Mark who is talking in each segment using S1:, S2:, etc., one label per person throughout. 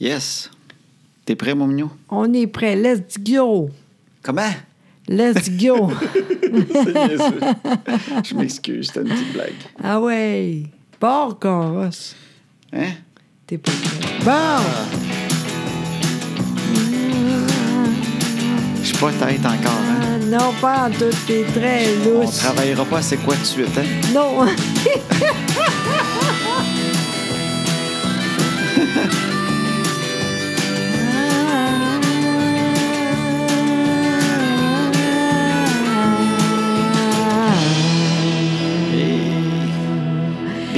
S1: Yes. T'es prêt, mon mignon?
S2: On est prêt. Let's go.
S1: Comment?
S2: Let's go.
S1: C'est bien ça. Je m'excuse, c'était une petite blague.
S2: ah ouais. Pars, Coros.
S1: Hein?
S2: T'es pas prêt. Bon.
S1: Je suis pas tête encore, hein?
S2: Ah, Non, pas en tout. T'es très
S1: On
S2: lousse.
S1: travaillera pas c'est quoi de suite, hein?
S2: Non.
S1: Et-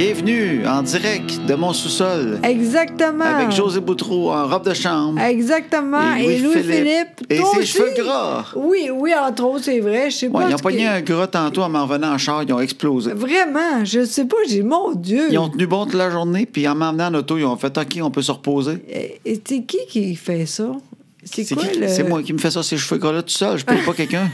S1: Bienvenue en direct de mon sous-sol
S2: Exactement.
S1: avec José Boutreau en robe de chambre.
S2: Exactement.
S1: Et
S2: Ah. Et, Louis-Philippe.
S1: Louis-Philippe. Et
S2: toi
S1: ses
S2: aussi.
S1: cheveux gras.
S2: Oui, oui, entre autres, c'est vrai. Je sais
S1: Ouais,
S2: pas.
S1: ils ont
S2: ce
S1: pogné
S2: que-
S1: un gras tantôt en m'en revenant en char, ils ont explosé.
S2: Vraiment, je sais pas, j'ai mon Dieu.
S1: Ils ont tenu bon toute la journée, puis en m'emmenant en auto, ils ont fait OK, on peut se reposer.
S2: Et- et C'est qui qui fait ça? C'est
S1: C'est
S2: quoi
S1: qui-
S2: le.
S1: c'est moi qui me fais ça, ces cheveux gras-là tout seul. Je paye pas quelqu'un.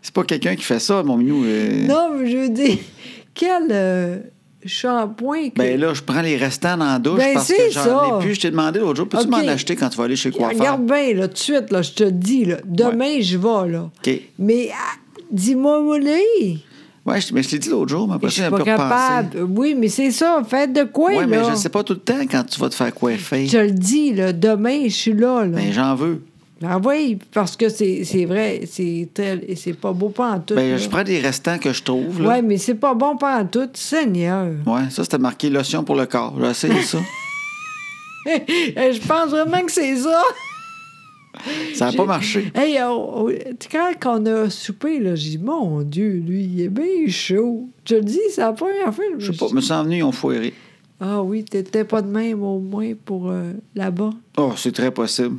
S1: C'est pas quelqu'un qui fait ça, mon minou. euh.
S2: Non, mais je veux dire, quel euh, shampoing. que-
S1: Ben là, je prends les restants dans la douche
S2: Ben,
S1: parce
S2: c'est
S1: que
S2: ça.
S1: j'en ai plus. Je t'ai demandé l'autre jour, peux-tu
S2: OK.
S1: m'en acheter quand tu vas aller chez le coiffeur?
S2: Regarde bien, là, tout de suite, là, je te dis, là, demain, je vais, là.
S1: OK.
S2: Mais ah, dis-moi, Molly.
S1: Ouais, je, mais je l'ai dit l'autre jour, mais
S2: Je
S1: après, j'ai
S2: suis
S1: un
S2: pas
S1: peu
S2: capable.
S1: repensé.
S2: Oui, mais c'est ça, faites de quoi,
S1: Ouais,
S2: là?
S1: mais je sais pas tout le temps quand tu vas te faire coiffer.
S2: Je te le dis, là, demain, je suis là, là.
S1: Ben, j'en veux.
S2: Ah oui, parce que c'est c'est vrai, c'est tel- c'est pas beau pas en tout.
S1: Ben, je prends des restants que je trouve. Là.
S2: Oui, mais c'est pas bon pas en tout, Seigneur.
S1: Ouais, ça, c'était marqué lotion pour le corps. J'ai essayé ça.
S2: je pense vraiment que c'est ça.
S1: Ça n'a pas marché.
S2: Hey, on- on- quand on a soupé, là, j'ai dit, mon Dieu, lui, il est bien chaud. Je te le dis, c'est la première fois.
S1: Je sais pas, me sont venus, ils ont foiré.
S2: Ah oui, t'étais pas de même au moins pour euh, là-bas.
S1: Oh, c'est très possible.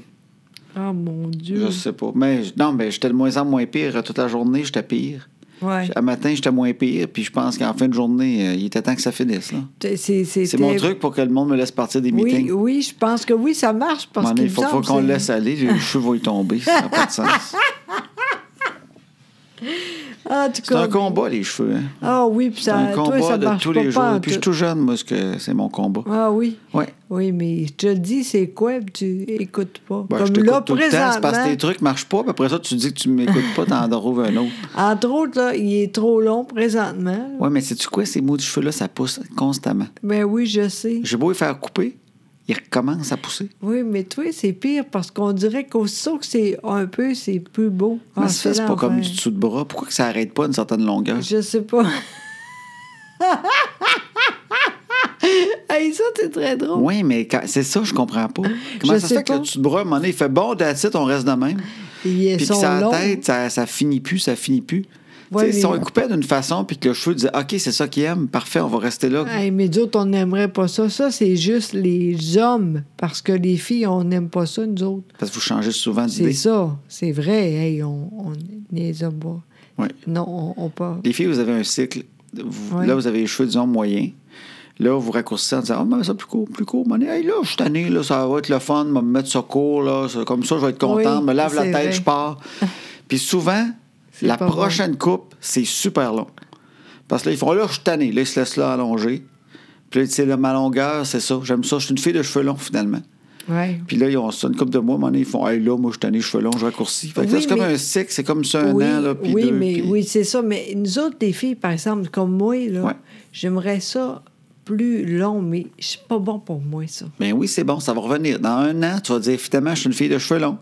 S2: Ah mon Dieu.
S1: Je sais pas. Mais je- non, mais j'étais de moins en moins pire. Toute la journée, j'étais pire.
S2: Ouais.
S1: À matin, j'étais moins pire. Puis je pense qu'en fin de journée, euh, il était temps que ça finisse. là.
S2: C'est- C'est
S1: C'est
S2: c'était-
S1: mon truc pour que le monde me laisse partir des
S2: Oui,
S1: meetings.
S2: oui, je pense que oui, ça marche parce
S1: Il
S2: qu'il
S1: faut,
S2: me
S1: faut
S2: semble
S1: qu'on
S2: que
S1: le
S2: c'est-
S1: laisse aller. Les cheveux vont y tomber. Ça n'a pas de sens.
S2: En tout
S1: C'est
S2: cas,
S1: un combat, les cheveux. Hein?
S2: Ah oui, puis
S1: C'est
S2: ça,
S1: un
S2: toi,
S1: combat
S2: ça
S1: de
S2: marche
S1: tous
S2: pas,
S1: les
S2: pas en
S1: jours. Puis je suis
S2: tout.
S1: tout jeune, moi, parce que c'est mon combat.
S2: Ah oui.
S1: Ouais.
S2: Oui, mais je te le dis, c'est quoi, puis tu écoutes pas.
S1: Ben, je
S2: Comme là,
S1: t'écoute tout le temps, c'est parce que
S2: présentement,
S1: tes trucs marchent pas, puis après ça, tu dis que tu m'écoutes pas, t'en trouves un autre.
S2: entre autres, là, il est trop long présentement. là.
S1: Ouais, mais sais-tu quoi, ces mots de cheveux-là, ça pousse constamment.
S2: Ben oui, je sais.
S1: J'ai beau les faire couper, ils recommencent à pousser.
S2: Oui, mais toi, c'est pire parce qu'on dirait qu'aussitôt que c'est un peu, c'est plus beau.
S1: Comment
S2: Ah,
S1: ça se fait, c'est pas
S2: l'enfer.
S1: comme du hein. dessous de bras? Pourquoi que ça arrête pas à une certaine longueur?
S2: Je sais pas. hey, ça, c'est très drôle.
S1: Oui, mais quand- c'est ça, je comprends pas. Comment
S2: Je
S1: ça se
S2: sais
S1: fait que
S2: pas.
S1: le dessous de bras, à un moment donné, il fait bon, that's it, on reste de même.
S2: Ils
S1: Puis que
S2: sont
S1: sa
S2: longs.
S1: tête, ça, ça finit plus, ça finit plus.
S2: Ouais,
S1: Tu sais, Si
S2: mais-
S1: on le coupait d'une façon, puis que le cheveu disait, OK, c'est ça qu'il aime, parfait, on va rester là.
S2: Hey, mais d'autres, on n'aimerait pas ça. Ça, c'est juste les hommes. Parce que les filles, on n'aime pas ça, nous autres.
S1: Parce que vous changez souvent
S2: C'est
S1: d'idée.
S2: ça. C'est vrai. Hey, on, on les hommes pas.
S1: Ouais.
S2: Non, on, on pas.
S1: Les filles, vous avez un cycle. Vous-
S2: Ouais.
S1: Là, vous avez les cheveux, disons, moyens. Là, vous raccourcissez en disant, ah, mais ça plus court, plus court. Mon hey, là, je suis tanné, là, ça va être le fun, me mettre ça court, là, ça- comme ça, je vais être content,
S2: Oui,
S1: me lave la
S2: c'est
S1: tête,
S2: vrai.
S1: je pars. Puis souvent,
S2: C'est
S1: la
S2: pas bon.
S1: prochaine coupe, c'est super long. Parce que là, ils font, là, je suis tanné, là, ils se laissent là allonger. Puis là, tu sais, là, ma longueur, c'est ça. J'aime ça. Je suis une fille de cheveux longs, finalement.
S2: Ouais.
S1: Puis là, ils ont ça une coupe de mois, mon ils font, hey, là, moi, je suis tanné, cheveux longs, je raccourcis. Fait que là,
S2: Oui,
S1: c'est comme
S2: mais-
S1: un cycle, c'est comme ça un
S2: oui,
S1: an, là, puis
S2: oui,
S1: deux,
S2: mais
S1: puis-
S2: oui, c'est ça. Mais nous autres, les filles, par exemple, comme moi, là,
S1: Ouais.
S2: j'aimerais ça plus long, mais je suis pas bon pour moi, ça.
S1: Ben oui, c'est bon, ça va revenir. Dans un an, tu vas dire, finalement, je suis une fille de cheveux longs.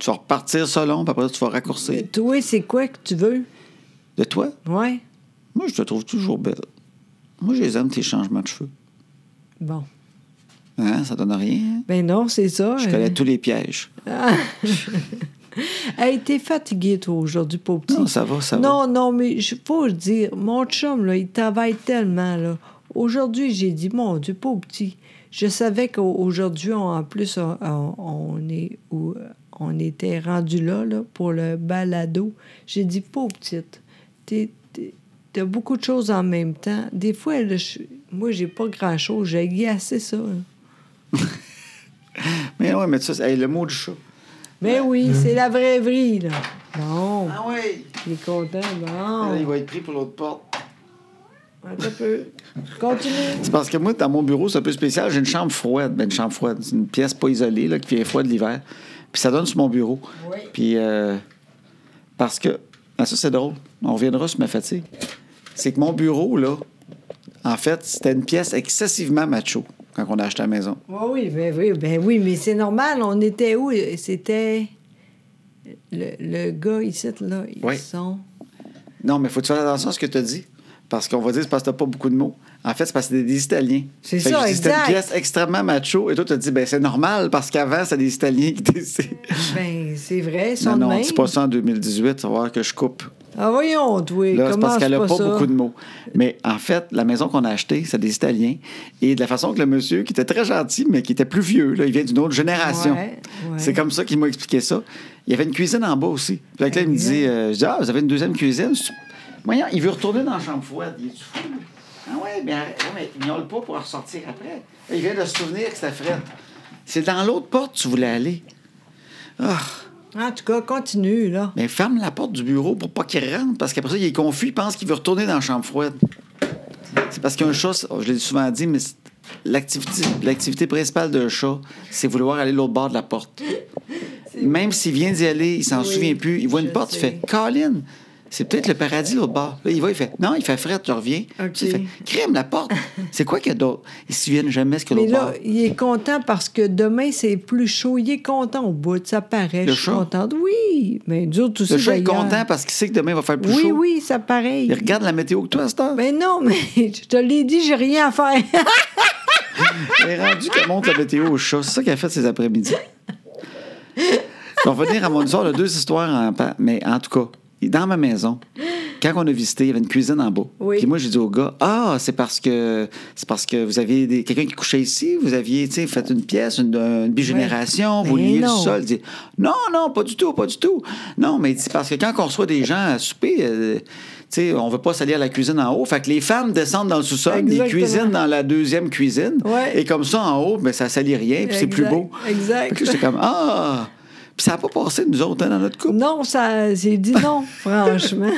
S1: Tu vas repartir ça long, puis après, ça, tu vas raccourcir.
S2: Toi, c'est quoi que tu veux?
S1: De toi,
S2: Ouais.
S1: moi, je te trouve toujours belle. Moi, je les aime, tes changements de cheveux.
S2: Bon.
S1: Hein, ça donne rien. hein?
S2: Ben non, c'est ça.
S1: Je
S2: euh.
S1: connais tous les pièges.
S2: Hey, t'es fatigué, toi, aujourd'hui, pour petit.
S1: Non, ça va, ça va.
S2: Non, non, mais je faut le dire, mon chum, là, il travaille tellement, là. Aujourd'hui, j'ai dit, mon Dieu, pauvre petit. Je savais qu'aujourd'hui, en plus, on, on- on est où, on était rendu là, là, pour le balado. J'ai dit, pauvre petite, t'es- t'es- t'as beaucoup de choses en même temps. Des fois, là, je- moi, j'ai pas grand-chose. J'ai gassé ça. là.
S1: Mais ouais, mais ça, c'est- hey, le mot du chat.
S2: Mais Ben oui, c'est la vraie vie, là. Bon,
S1: Ah oui,
S2: il est content,
S1: il
S2: bon.
S1: va être pris pour l'autre porte.
S2: Attends un peu. Continue.
S1: C'est parce que moi, dans mon bureau, c'est un peu spécial. J'ai une chambre froide. Ben, une chambre froide. C'est une pièce pas isolée là, qui vient froide l'hiver. Puis ça donne sur mon bureau.
S2: Oui.
S1: Puis euh, parce que. Ah, ça, c'est drôle. On reviendra sur ma fatigue. C'est que mon bureau, là, en fait, c'était une pièce excessivement macho quand on a acheté la maison.
S2: Oui, oui, ben oui, ben oui, mais c'est normal. On était où? C'était le, le gars ici, là. Ils
S1: Oui.
S2: sont.
S1: Non, mais faut que tu fasses attention à ce que tu as dit. Parce qu'on va dire, c'est parce que t'as pas beaucoup de mots. En fait, c'est parce que c'est des Italiens.
S2: C'est
S1: Fait que
S2: ça,
S1: je dis, C'était une
S2: exact.
S1: pièce extrêmement macho. Et toi, tu as dit, ben c'est normal, parce qu'avant, c'est des Italiens qui étaient
S2: Ben, c'est vrai, ils sont
S1: Non,
S2: de
S1: non, on
S2: même.
S1: dit pas ça en 2018, ça va voir que je coupe.
S2: Ah, voyons, toi.
S1: Là, c'est
S2: comment
S1: parce qu'elle n'a pas,
S2: ça?
S1: beaucoup de mots. Mais en fait, la maison qu'on a achetée, c'est des Italiens. Et de la façon que le monsieur, qui était très gentil, mais qui était plus vieux, là, il vient d'une autre génération.
S2: Ouais, ouais.
S1: C'est comme ça qu'il m'a expliqué ça. Il y avait une cuisine en bas aussi. Puis là, il me dit euh, je dis, Ah, vous avez une deuxième cuisine C'est- Voyons, il veut retourner dans la chambre froide. Il est du fou. lui? Ah ouais, mais, arrête- ouais, mais il n'y a pas pour en ressortir après. Là, Il vient de se souvenir que c'était frette. C'est dans l'autre porte que tu voulais aller. Ah!
S2: En tout cas, continue, là.
S1: Mais ferme la porte du bureau pour pas qu'il rentre, parce qu'après ça, il est confus, il pense qu'il veut retourner dans la chambre froide. C'est parce qu'un chat, c'est- oh, je l'ai souvent dit, mais c'est- l'activité, l'activité principale d'un chat, c'est vouloir aller de l'autre bord de la porte. Même s'il vient d'y aller, il s'en
S2: Oui,
S1: souvient plus, il voit une
S2: je
S1: porte, il
S2: sais.
S1: fait Colin, c'est peut-être le paradis l'autre bord. Là, il va, il fait Non, il fait fret, je reviens.
S2: OK.
S1: Puis Il fait Crime, la porte. c'est quoi qu'il y a d'autre Ils se souviennent jamais ce que
S2: Mais
S1: l'autre
S2: là,
S1: bord.
S2: il est content parce que demain, c'est plus chaud. Il est content au bout, ça paraît.
S1: Le
S2: je suis
S1: chat?
S2: contente. Oui, mais dur tout ça.
S1: Le chat est
S2: d'ailleurs.
S1: content parce qu'il sait que demain, il va faire plus
S2: Oui,
S1: chaud.
S2: oui, ça paraît.
S1: Il regarde la météo que toi, à cette heure.
S2: Mais non, mais je te l'ai dit, j'ai rien à faire.
S1: Elle est rendue qu'elle monte la météo au chat. C'est ça qu'elle a fait ces après-midi. On va venir à mon histoire. On a deux histoires, en pa- mais en tout cas, dans ma maison, quand on a visité, il y avait une cuisine en bas.
S2: Oui.
S1: Puis moi, j'ai dit au gars, ah, c'est parce que c'est parce que vous aviez des- quelqu'un qui couchait ici, vous aviez, tu sais, fait une pièce, une, une bigénération, vous
S2: Mais
S1: liez le
S2: non.
S1: sol. Il dit, non, non, pas du tout, pas du tout. Non, mais il dit, parce que quand on reçoit des gens à souper, euh, tu sais, on veut pas salir la cuisine en haut. Fait que les femmes descendent dans le sous-sol, ils
S2: Exactement.
S1: cuisinent dans la deuxième cuisine.
S2: Ouais.
S1: Et comme ça, en haut, ben, ça salit rien, puis c'est plus
S2: Exact,
S1: beau.
S2: exact.
S1: Fait que là, j'étais comme, ah! Puis ça n'a pas passé, nous autres, hein, dans notre couple.
S2: Non, ça, j'ai dit non, franchement.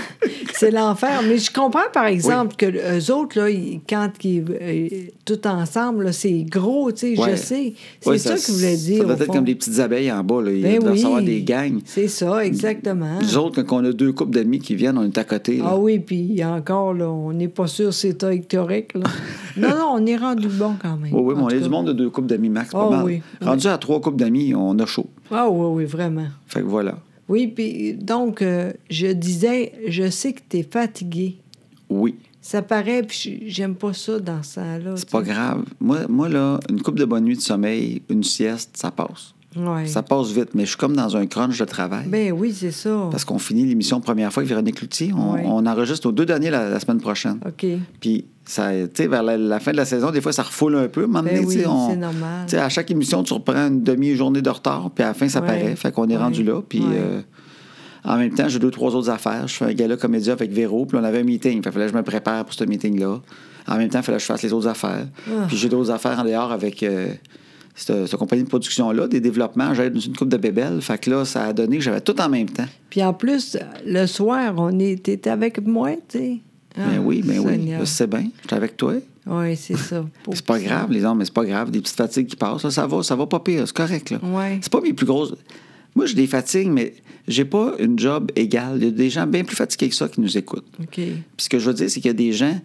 S2: C'est l'enfer. Mais je comprends, par exemple, que les autres, là, ils- quand ils, euh, tout ensemble, là, c'est gros, tu sais,
S1: Ouais.
S2: je sais. C'est
S1: Ouais,
S2: ça, qu'ils voulaient dire.
S1: Ça doit
S2: au
S1: être
S2: fond.
S1: comme des petites abeilles en bas, là. Il
S2: Ben
S1: doit
S2: oui.
S1: y avoir des gangs.
S2: C'est ça, exactement.
S1: Nous autres, quand on a deux couples d'amis qui viennent, on est à côté. là.
S2: Ah oui, puis encore, là, on n'est pas sûr si c'est électorique. Là. non, non, on est rendu bon quand même.
S1: Oui, oui, mais
S2: En
S1: on
S2: tout
S1: est du
S2: cas.
S1: monde de deux couples d'amis max, pas
S2: Ah
S1: mal.
S2: oui,
S1: Rendu à trois couples d'amis, on a chaud.
S2: Ah oui, oui, vraiment.
S1: Fait que voilà.
S2: Oui, puis donc, euh, je disais, je sais que tu es fatigué.
S1: Oui,
S2: Ça paraît, puis j- j'aime pas ça dans ce temps-là.
S1: c'est pas
S2: Ah, tu sais.
S1: grave. Moi, moi, là, une coupe de bonne nuit de sommeil, une sieste, ça passe.
S2: Ouais.
S1: Ça passe vite, mais je suis comme dans un crunch de travail.
S2: Ben oui, c'est ça.
S1: Parce qu'on finit l'émission première fois avec Véronique Loutier. On,
S2: Ouais.
S1: on enregistre nos deux derniers la, la semaine prochaine.
S2: OK.
S1: Puis, ça, tu sais, vers la, la fin de la saison, des fois, ça refoule un peu. mais
S2: Ben
S1: tu sais,
S2: oui,
S1: on-
S2: c'est normal.
S1: tu sais, à chaque émission, tu reprends une demi-journée de retard, puis à la fin, ça
S2: Ouais.
S1: paraît. Fait qu'on est
S2: Ouais.
S1: rendu là. Puis,
S2: Ouais.
S1: euh, en même temps, j'ai deux, trois autres affaires. Je fais un gala comédien avec Véro, puis on avait un meeting. Fait que fallait que je me prépare pour ce meeting-là. En même temps, il fallait que je fasse les autres affaires.
S2: Ah.
S1: Puis, j'ai d'autres affaires en dehors avec. euh, cette, cette compagnie de production-là, des développements, j'aide dans une coupe de bébelles. Fait que là, ça a donné que j'avais tout en même temps.
S2: Puis en plus, le soir, on était avec moi, tu sais.
S1: Ben oui, ben oui, je
S2: oui.
S1: sais bien. J'étais avec toi.
S2: Oui, c'est ça.
S1: Mais C'est pas grave, les hommes, mais c'est pas grave. Des petites fatigues qui passent, là, ça va, ça va pas pire, c'est correct. Là.
S2: Ouais.
S1: C'est pas mes plus grosses. Moi, j'ai des fatigues, mais j'ai pas une job égale. Il y a des gens bien plus fatigués que ça qui nous écoutent.
S2: OK.
S1: Puis ce que je veux dire, c'est qu'il y a des gens.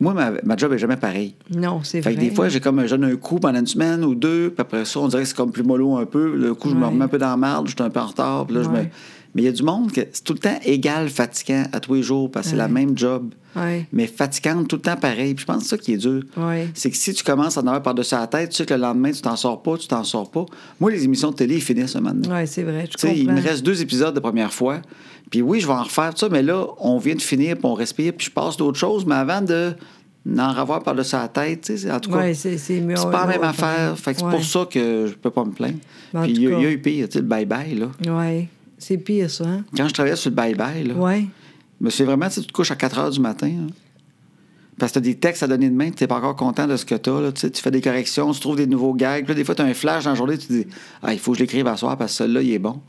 S1: Moi, ma, ma job est jamais pareille.
S2: Non, c'est
S1: Fait
S2: vrai. hein.
S1: que des fois, j'ai comme un jeune un coup pendant une semaine ou deux, puis après ça, on dirait que c'est comme plus mollo un peu. Le coup, je me
S2: Ouais.
S1: remets un peu dans la marde, je suis un peu en retard, puis là, je me-
S2: Ouais.
S1: Mais il y a du monde que c'est tout le temps égal, fatigant à tous les jours, parce que c'est la même job,
S2: Ouais.
S1: mais fatigante tout le temps pareil. Puis je pense que c'est ça qui est dur.
S2: Ouais.
S1: C'est que si tu commences à en avoir par-dessus la tête, tu sais que le lendemain, tu t'en sors pas, tu t'en sors pas. Moi, les émissions de télé, ils finissent un moment donné.
S2: Oui, c'est vrai. Je
S1: Tu sais,
S2: comprends.
S1: il me reste deux épisodes de première fois. Puis oui, je vais en refaire, tout ça, mais là, on vient de finir, puis on respire, puis je passe d'autres choses. Mais avant de n'en revoir par-dessus la tête, tu sais, c'est- en tout cas,
S2: Ouais,
S1: c'est
S2: c'est c'est mieux.
S1: pas la même
S2: Ouais.
S1: affaire. Fait que c'est
S2: Ouais.
S1: pour ça que je peux pas me plaindre.
S2: Mais en
S1: Puis il
S2: tout
S1: y, a-
S2: cas-
S1: il y a eu pire, tu sais, le bye-bye, là.
S2: Oui, c'est pire, ça. Hein?
S1: Quand je travaillais sur le bye-bye, là,
S2: Oui.
S1: mais c'est vraiment, tu sais, tu te couches à 4 heures du matin. hein. Parce que tu as des textes à donner de main, tu n'es pas encore content de ce que tu as. Tu sais, tu fais des corrections, tu trouves des nouveaux gags. Puis là, des fois, tu as un flash dans la journée, tu te dis Ah, il faut que je l'écrive à soir parce que celui-là, il est bon.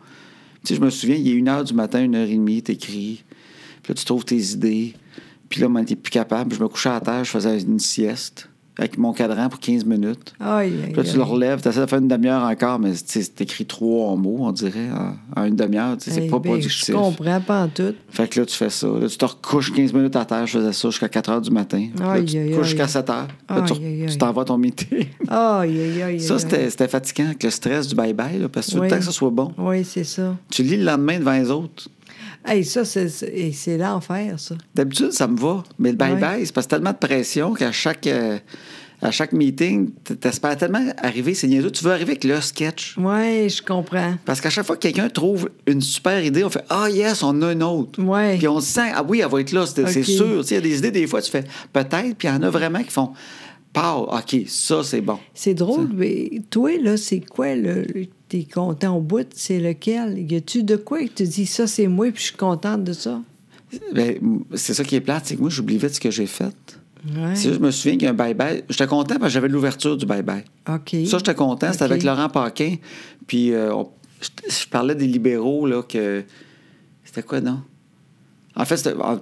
S1: Tu sais, je me souviens, il est 1 heure du matin, 1 heure et demie, tu écris. Puis là, tu trouves tes idées. Puis là, on n'était plus capable. Je me couchais à terre, je faisais une sieste avec mon cadran pour 15 minutes.
S2: Aïe, aïe,
S1: Puis là, tu
S2: aïe.
S1: le relèves, tu essaies de faire une demi-heure encore, mais tu sais, c'est écrit trois en mots, on dirait, en, en une demi-heure. tu sais, C'est
S2: Aïe,
S1: pas
S2: ben, Je
S1: productif.
S2: comprends pas en tout.
S1: Fait que là, tu fais ça. Là, tu te recouches 15 minutes à terre. Je faisais ça jusqu'à 4 heures du matin. Puis là,
S2: Aïe,
S1: tu te
S2: aïe,
S1: couches
S2: aïe.
S1: jusqu'à 7 heures. Là, tu re-
S2: Aïe, aïe, aïe.
S1: tu t'envoies ton meeting.
S2: Aïe, aïe, aïe.
S1: Ça, c'était c'était fatigant avec le stress du bye-bye, là, parce que tu veux
S2: Oui.
S1: le temps que ça soit bon.
S2: Oui, c'est ça.
S1: Tu lis le lendemain devant les autres.
S2: Hey, ça, c'est- c'est hey, c'est l'enfer, ça.
S1: D'habitude, ça me va. Mais le bye-bye, c'est parce que tellement de pression qu'à chaque, euh, à chaque meeting, t- t'espères tellement arriver, c'est niaiseux. Tu veux arriver avec le sketch.
S2: Oui, je comprends.
S1: Parce qu'à chaque fois que quelqu'un trouve une super idée, on fait Ah, yes, on a une autre.
S2: Ouais.
S1: Puis on se sent Ah oui, elle va être là, c'est c'est
S2: Ok.
S1: sûr. Tu sais, Il y a des idées, des fois, tu fais Peut-être, puis il y en a vraiment qui font Pow, OK, ça, c'est bon.
S2: C'est drôle, mais toi, là, c'est quoi, le, le- t'es content au bout, c'est lequel? Y a-tu de quoi que tu dis, ça, c'est moi, puis je suis contente de ça?
S1: Ben, c'est ça qui est plate, c'est que moi, j'oublie vite ce que j'ai fait.
S2: Ouais.
S1: C'est juste, je me souviens qu'il y a un bye-bye. J'étais content parce que j'avais l'ouverture du bye-bye.
S2: OK.
S1: Ça, j'étais content. C'était
S2: OK.
S1: avec Laurent Paquin. Puis, euh, on- je, je parlais des libéraux, là, que. C'était quoi, non? En fait, c'était. en-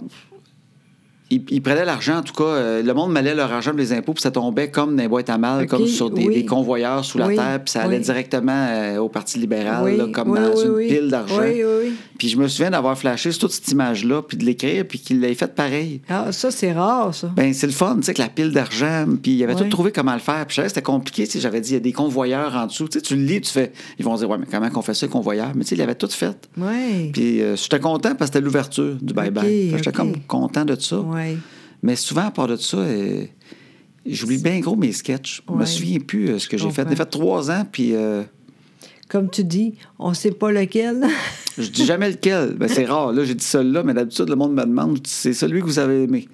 S1: Ils, ils prenaient l'argent, en tout cas. euh, le monde mêlait leur argent pour les impôts, puis ça tombait comme dans les boîtes à mal,
S2: OK,
S1: comme sur des,
S2: oui.
S1: des convoyeurs sous
S2: Oui,
S1: la terre, puis ça allait
S2: oui.
S1: directement euh, au Parti libéral,
S2: Oui,
S1: là, comme
S2: oui,
S1: dans
S2: oui,
S1: une
S2: oui.
S1: pile d'argent.
S2: Oui, oui, oui.
S1: Puis je me souviens d'avoir flashé sur toute cette image-là, puis de l'écrire, puis qu'il l'ait faite pareil.
S2: Ah, ça, c'est rare, ça.
S1: Ben, c'est le fun, tu sais, que la pile d'argent, puis il avait
S2: Ouais.
S1: tout trouvé comment le faire. Puis je savais que c'était compliqué, tu sais, j'avais dit, il y a des convoyeurs en dessous. Tu sais, tu le lis, tu fais, ils vont dire, ouais, mais comment qu'on fait ça, convoyeur? Mais tu sais, il avait tout fait.
S2: Oui.
S1: Puis euh, j'étais content parce que c'était l'ouverture du bye-bye.
S2: Ok,
S1: Fait que J'étais
S2: ok.
S1: comme content de ça.
S2: Oui.
S1: Mais souvent, à part de ça, euh, j'oublie bien gros mes sketchs. Je me
S2: Ouais.
S1: souviens plus euh, ce que j'ai fait.
S2: comprends.
S1: J'ai fait trois ans, puis euh,
S2: Comme tu dis, on sait pas lequel.
S1: je dis jamais lequel. Ben, c'est rare, là, j'ai dit celui-là, mais d'habitude, le monde me demande, c'est celui que vous avez aimé.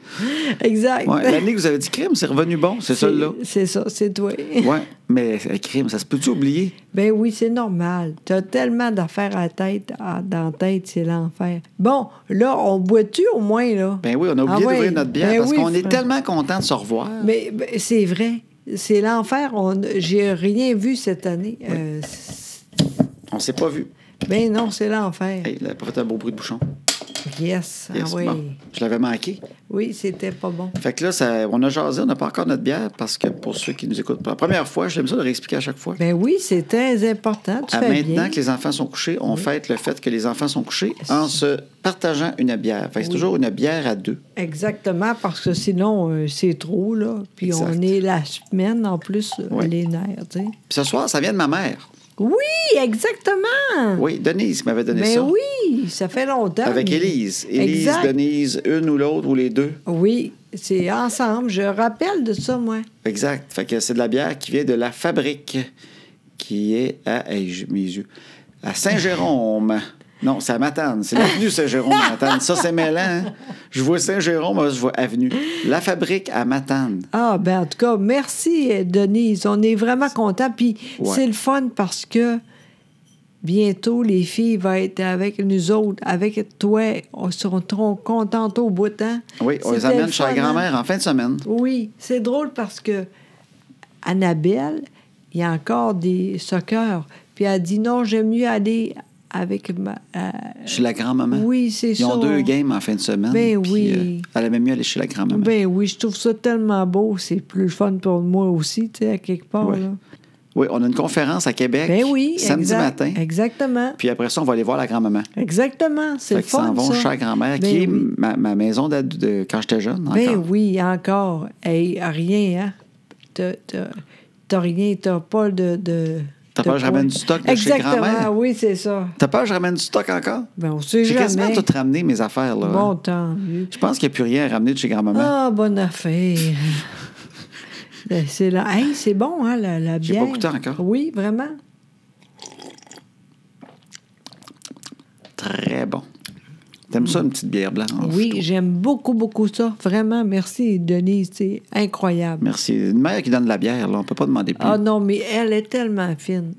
S2: exact.
S1: Ouais, L'année que vous avez dit crime, c'est revenu bon, c'est celui-là.
S2: C'est ça, c'est toi.
S1: Ouais, mais euh, crime, ça se peut-tu oublier?
S2: Ben oui, c'est normal. Tu as tellement d'affaires à la tête, à- dans la tête, c'est l'enfer. Bon, là, on boit-tu au moins, là?
S1: Ben oui, on a
S2: Ah
S1: oublié
S2: ouais.
S1: d'ouvrir notre bière
S2: Ben
S1: parce
S2: oui,
S1: qu'on est
S2: Fran-
S1: tellement content de se revoir.
S2: Mais ben, c'est vrai, c'est l'enfer. On- J'ai rien vu cette année. Euh, c'est-
S1: On s'est pas vu.
S2: ben non, c'est l'enfer.
S1: Hey, là, après, t'as un beau bruit de bouchon.
S2: Yes,
S1: Yes,
S2: ah oui.
S1: bon. Je l'avais manqué.
S2: Oui, c'était pas bon.
S1: Fait que là, ça- on a jasé, on n'a pas encore notre bière parce que pour ceux qui nous écoutent pour la première fois, j'aime ça de réexpliquer à chaque fois.
S2: Ben oui, c'est très important. Tu
S1: à
S2: fais
S1: maintenant
S2: bien.
S1: que les enfants sont couchés, on fête le fait que les enfants sont couchés en se partageant une bière. Fait que c'est
S2: Oui.
S1: toujours une bière à deux.
S2: Exactement, parce que sinon, euh, c'est trop, là. Puis on
S1: Exact.
S2: est la semaine, en plus, euh,
S1: Ouais.
S2: les nerfs, tu sais.
S1: Puis ce soir, ça vient de ma mère.
S2: Oui, exactement!
S1: Oui, Denise m'avait donné
S2: Mais
S1: ça.
S2: Ben oui, ça fait longtemps.
S1: Avec
S2: mais-
S1: Élise. Élise,
S2: Exact.
S1: Denise, une ou l'autre ou les deux.
S2: Oui, c'est ensemble. Je rappelle de ça, moi.
S1: Exact. Fait que c'est de la bière qui vient de la fabrique, qui est à hey, j'ai mes yeux, à Saint-Jérôme. Non, c'est à Matane. C'est l'avenue Saint-Jérôme à Matane. Ça, c'est mêlant. hein. Je vois Saint-Jérôme, je vois avenue. La fabrique à Matane.
S2: Ah, ben en tout cas, merci, euh, Denise. On est vraiment contents. Puis
S1: Ouais.
S2: c'est le fun parce que bientôt, les filles vont être avec nous autres, avec toi. On seront trop contentes au bout de temps.
S1: Oui, on les
S2: C'était
S1: emmène
S2: le
S1: chez la
S2: fun, hein?
S1: grand-mère en fin de semaine.
S2: Oui, c'est drôle parce que Annabelle, il y a encore des soccer. Puis elle dit non, j'aime mieux aller avec ma. euh,
S1: Chez la grand-maman.
S2: Oui, c'est
S1: Hein? Ils ont
S2: ça.
S1: deux games en fin de semaine.
S2: Ben
S1: puis,
S2: oui.
S1: euh, elle aimait mieux aller chez la grand-maman.
S2: Ben oui, je trouve ça tellement beau. C'est plus le fun pour moi aussi, tu sais, à quelque part.
S1: Ouais.
S2: là.
S1: Oui, on a une conférence à Québec.
S2: Ben oui,
S1: Samedi
S2: exact-
S1: matin.
S2: Exactement.
S1: Puis après ça, on va aller voir la grand-maman.
S2: Exactement, c'est
S1: Fait
S2: le
S1: qu'ils s'en
S2: fun,
S1: vont
S2: ça.
S1: chez la grand-mère,
S2: Ben
S1: qui est
S2: oui.
S1: ma, ma maison d'ad- de, quand j'étais jeune. Encore.
S2: Ben oui, encore. Hey, rien, hein? T'as- T'as t'as rien, t'as pas de... de
S1: T'as pas,
S2: de
S1: je ramène
S2: point.
S1: du stock de chez
S2: Exactement,
S1: grand-mère.
S2: oui, c'est ça.
S1: T'as peur que je ramène du stock encore?
S2: Ben, on sait
S1: J'ai quasiment
S2: jamais.
S1: tout ramené, mes affaires. Là,
S2: Bon,
S1: hein.
S2: tant mieux.
S1: Je pense qu'il n'y a plus rien à ramener de chez grand-maman.
S2: Ah, bonne affaire. Ben, c'est là. Hey, c'est bon, hein, la, la
S1: J'ai
S2: bière.
S1: pas goûté encore.
S2: Oui, vraiment.
S1: Très bon. T'aimes ça, une petite bière blanche? je
S2: Oui,
S1: trouve.
S2: j'aime beaucoup, beaucoup ça. Vraiment, merci, Denise. C'est incroyable.
S1: Merci. Une mère qui donne de la bière, là, on peut pas demander plus.
S2: Ah non, mais elle est tellement fine.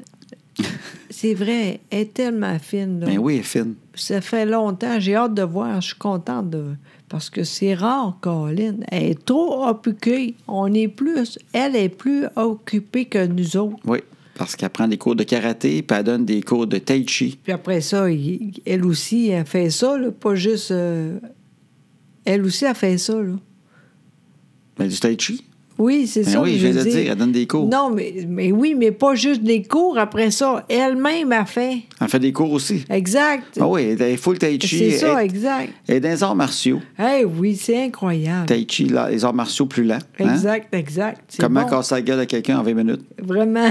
S2: C'est vrai, elle est tellement fine. là.
S1: ben oui, elle est fine.
S2: Ça fait longtemps, j'ai hâte de voir, je suis contente de... Parce que c'est rare, Colline. Elle est trop occupée. On est plus... Elle est plus occupée que nous autres.
S1: Oui, parce qu'elle prend des cours de karaté, puis elle donne des cours de tai chi.
S2: Puis après ça, il- elle aussi, elle fait ça, là, pas juste euh, Elle aussi a fait ça, là.
S1: Ben, du tai chi.
S2: Oui, c'est
S1: Ben
S2: ça.
S1: oui,
S2: que
S1: je viens de
S2: dis.
S1: dire, elle donne des cours.
S2: Non, mais, mais oui, mais pas juste des cours. Après ça, elle-même a fait.
S1: Elle fait des cours aussi.
S2: Exact.
S1: Ah oui, elle est full tai chi.
S2: c'est ça,
S1: elle-
S2: exact.
S1: elle est dans les arts martiaux.
S2: Eh oui, c'est incroyable.
S1: Tai chi, là, les arts martiaux plus lents. hein?
S2: Exact, exact. C'est
S1: Comment
S2: bon.
S1: casser la gueule à quelqu'un en 20 minutes?
S2: Vraiment.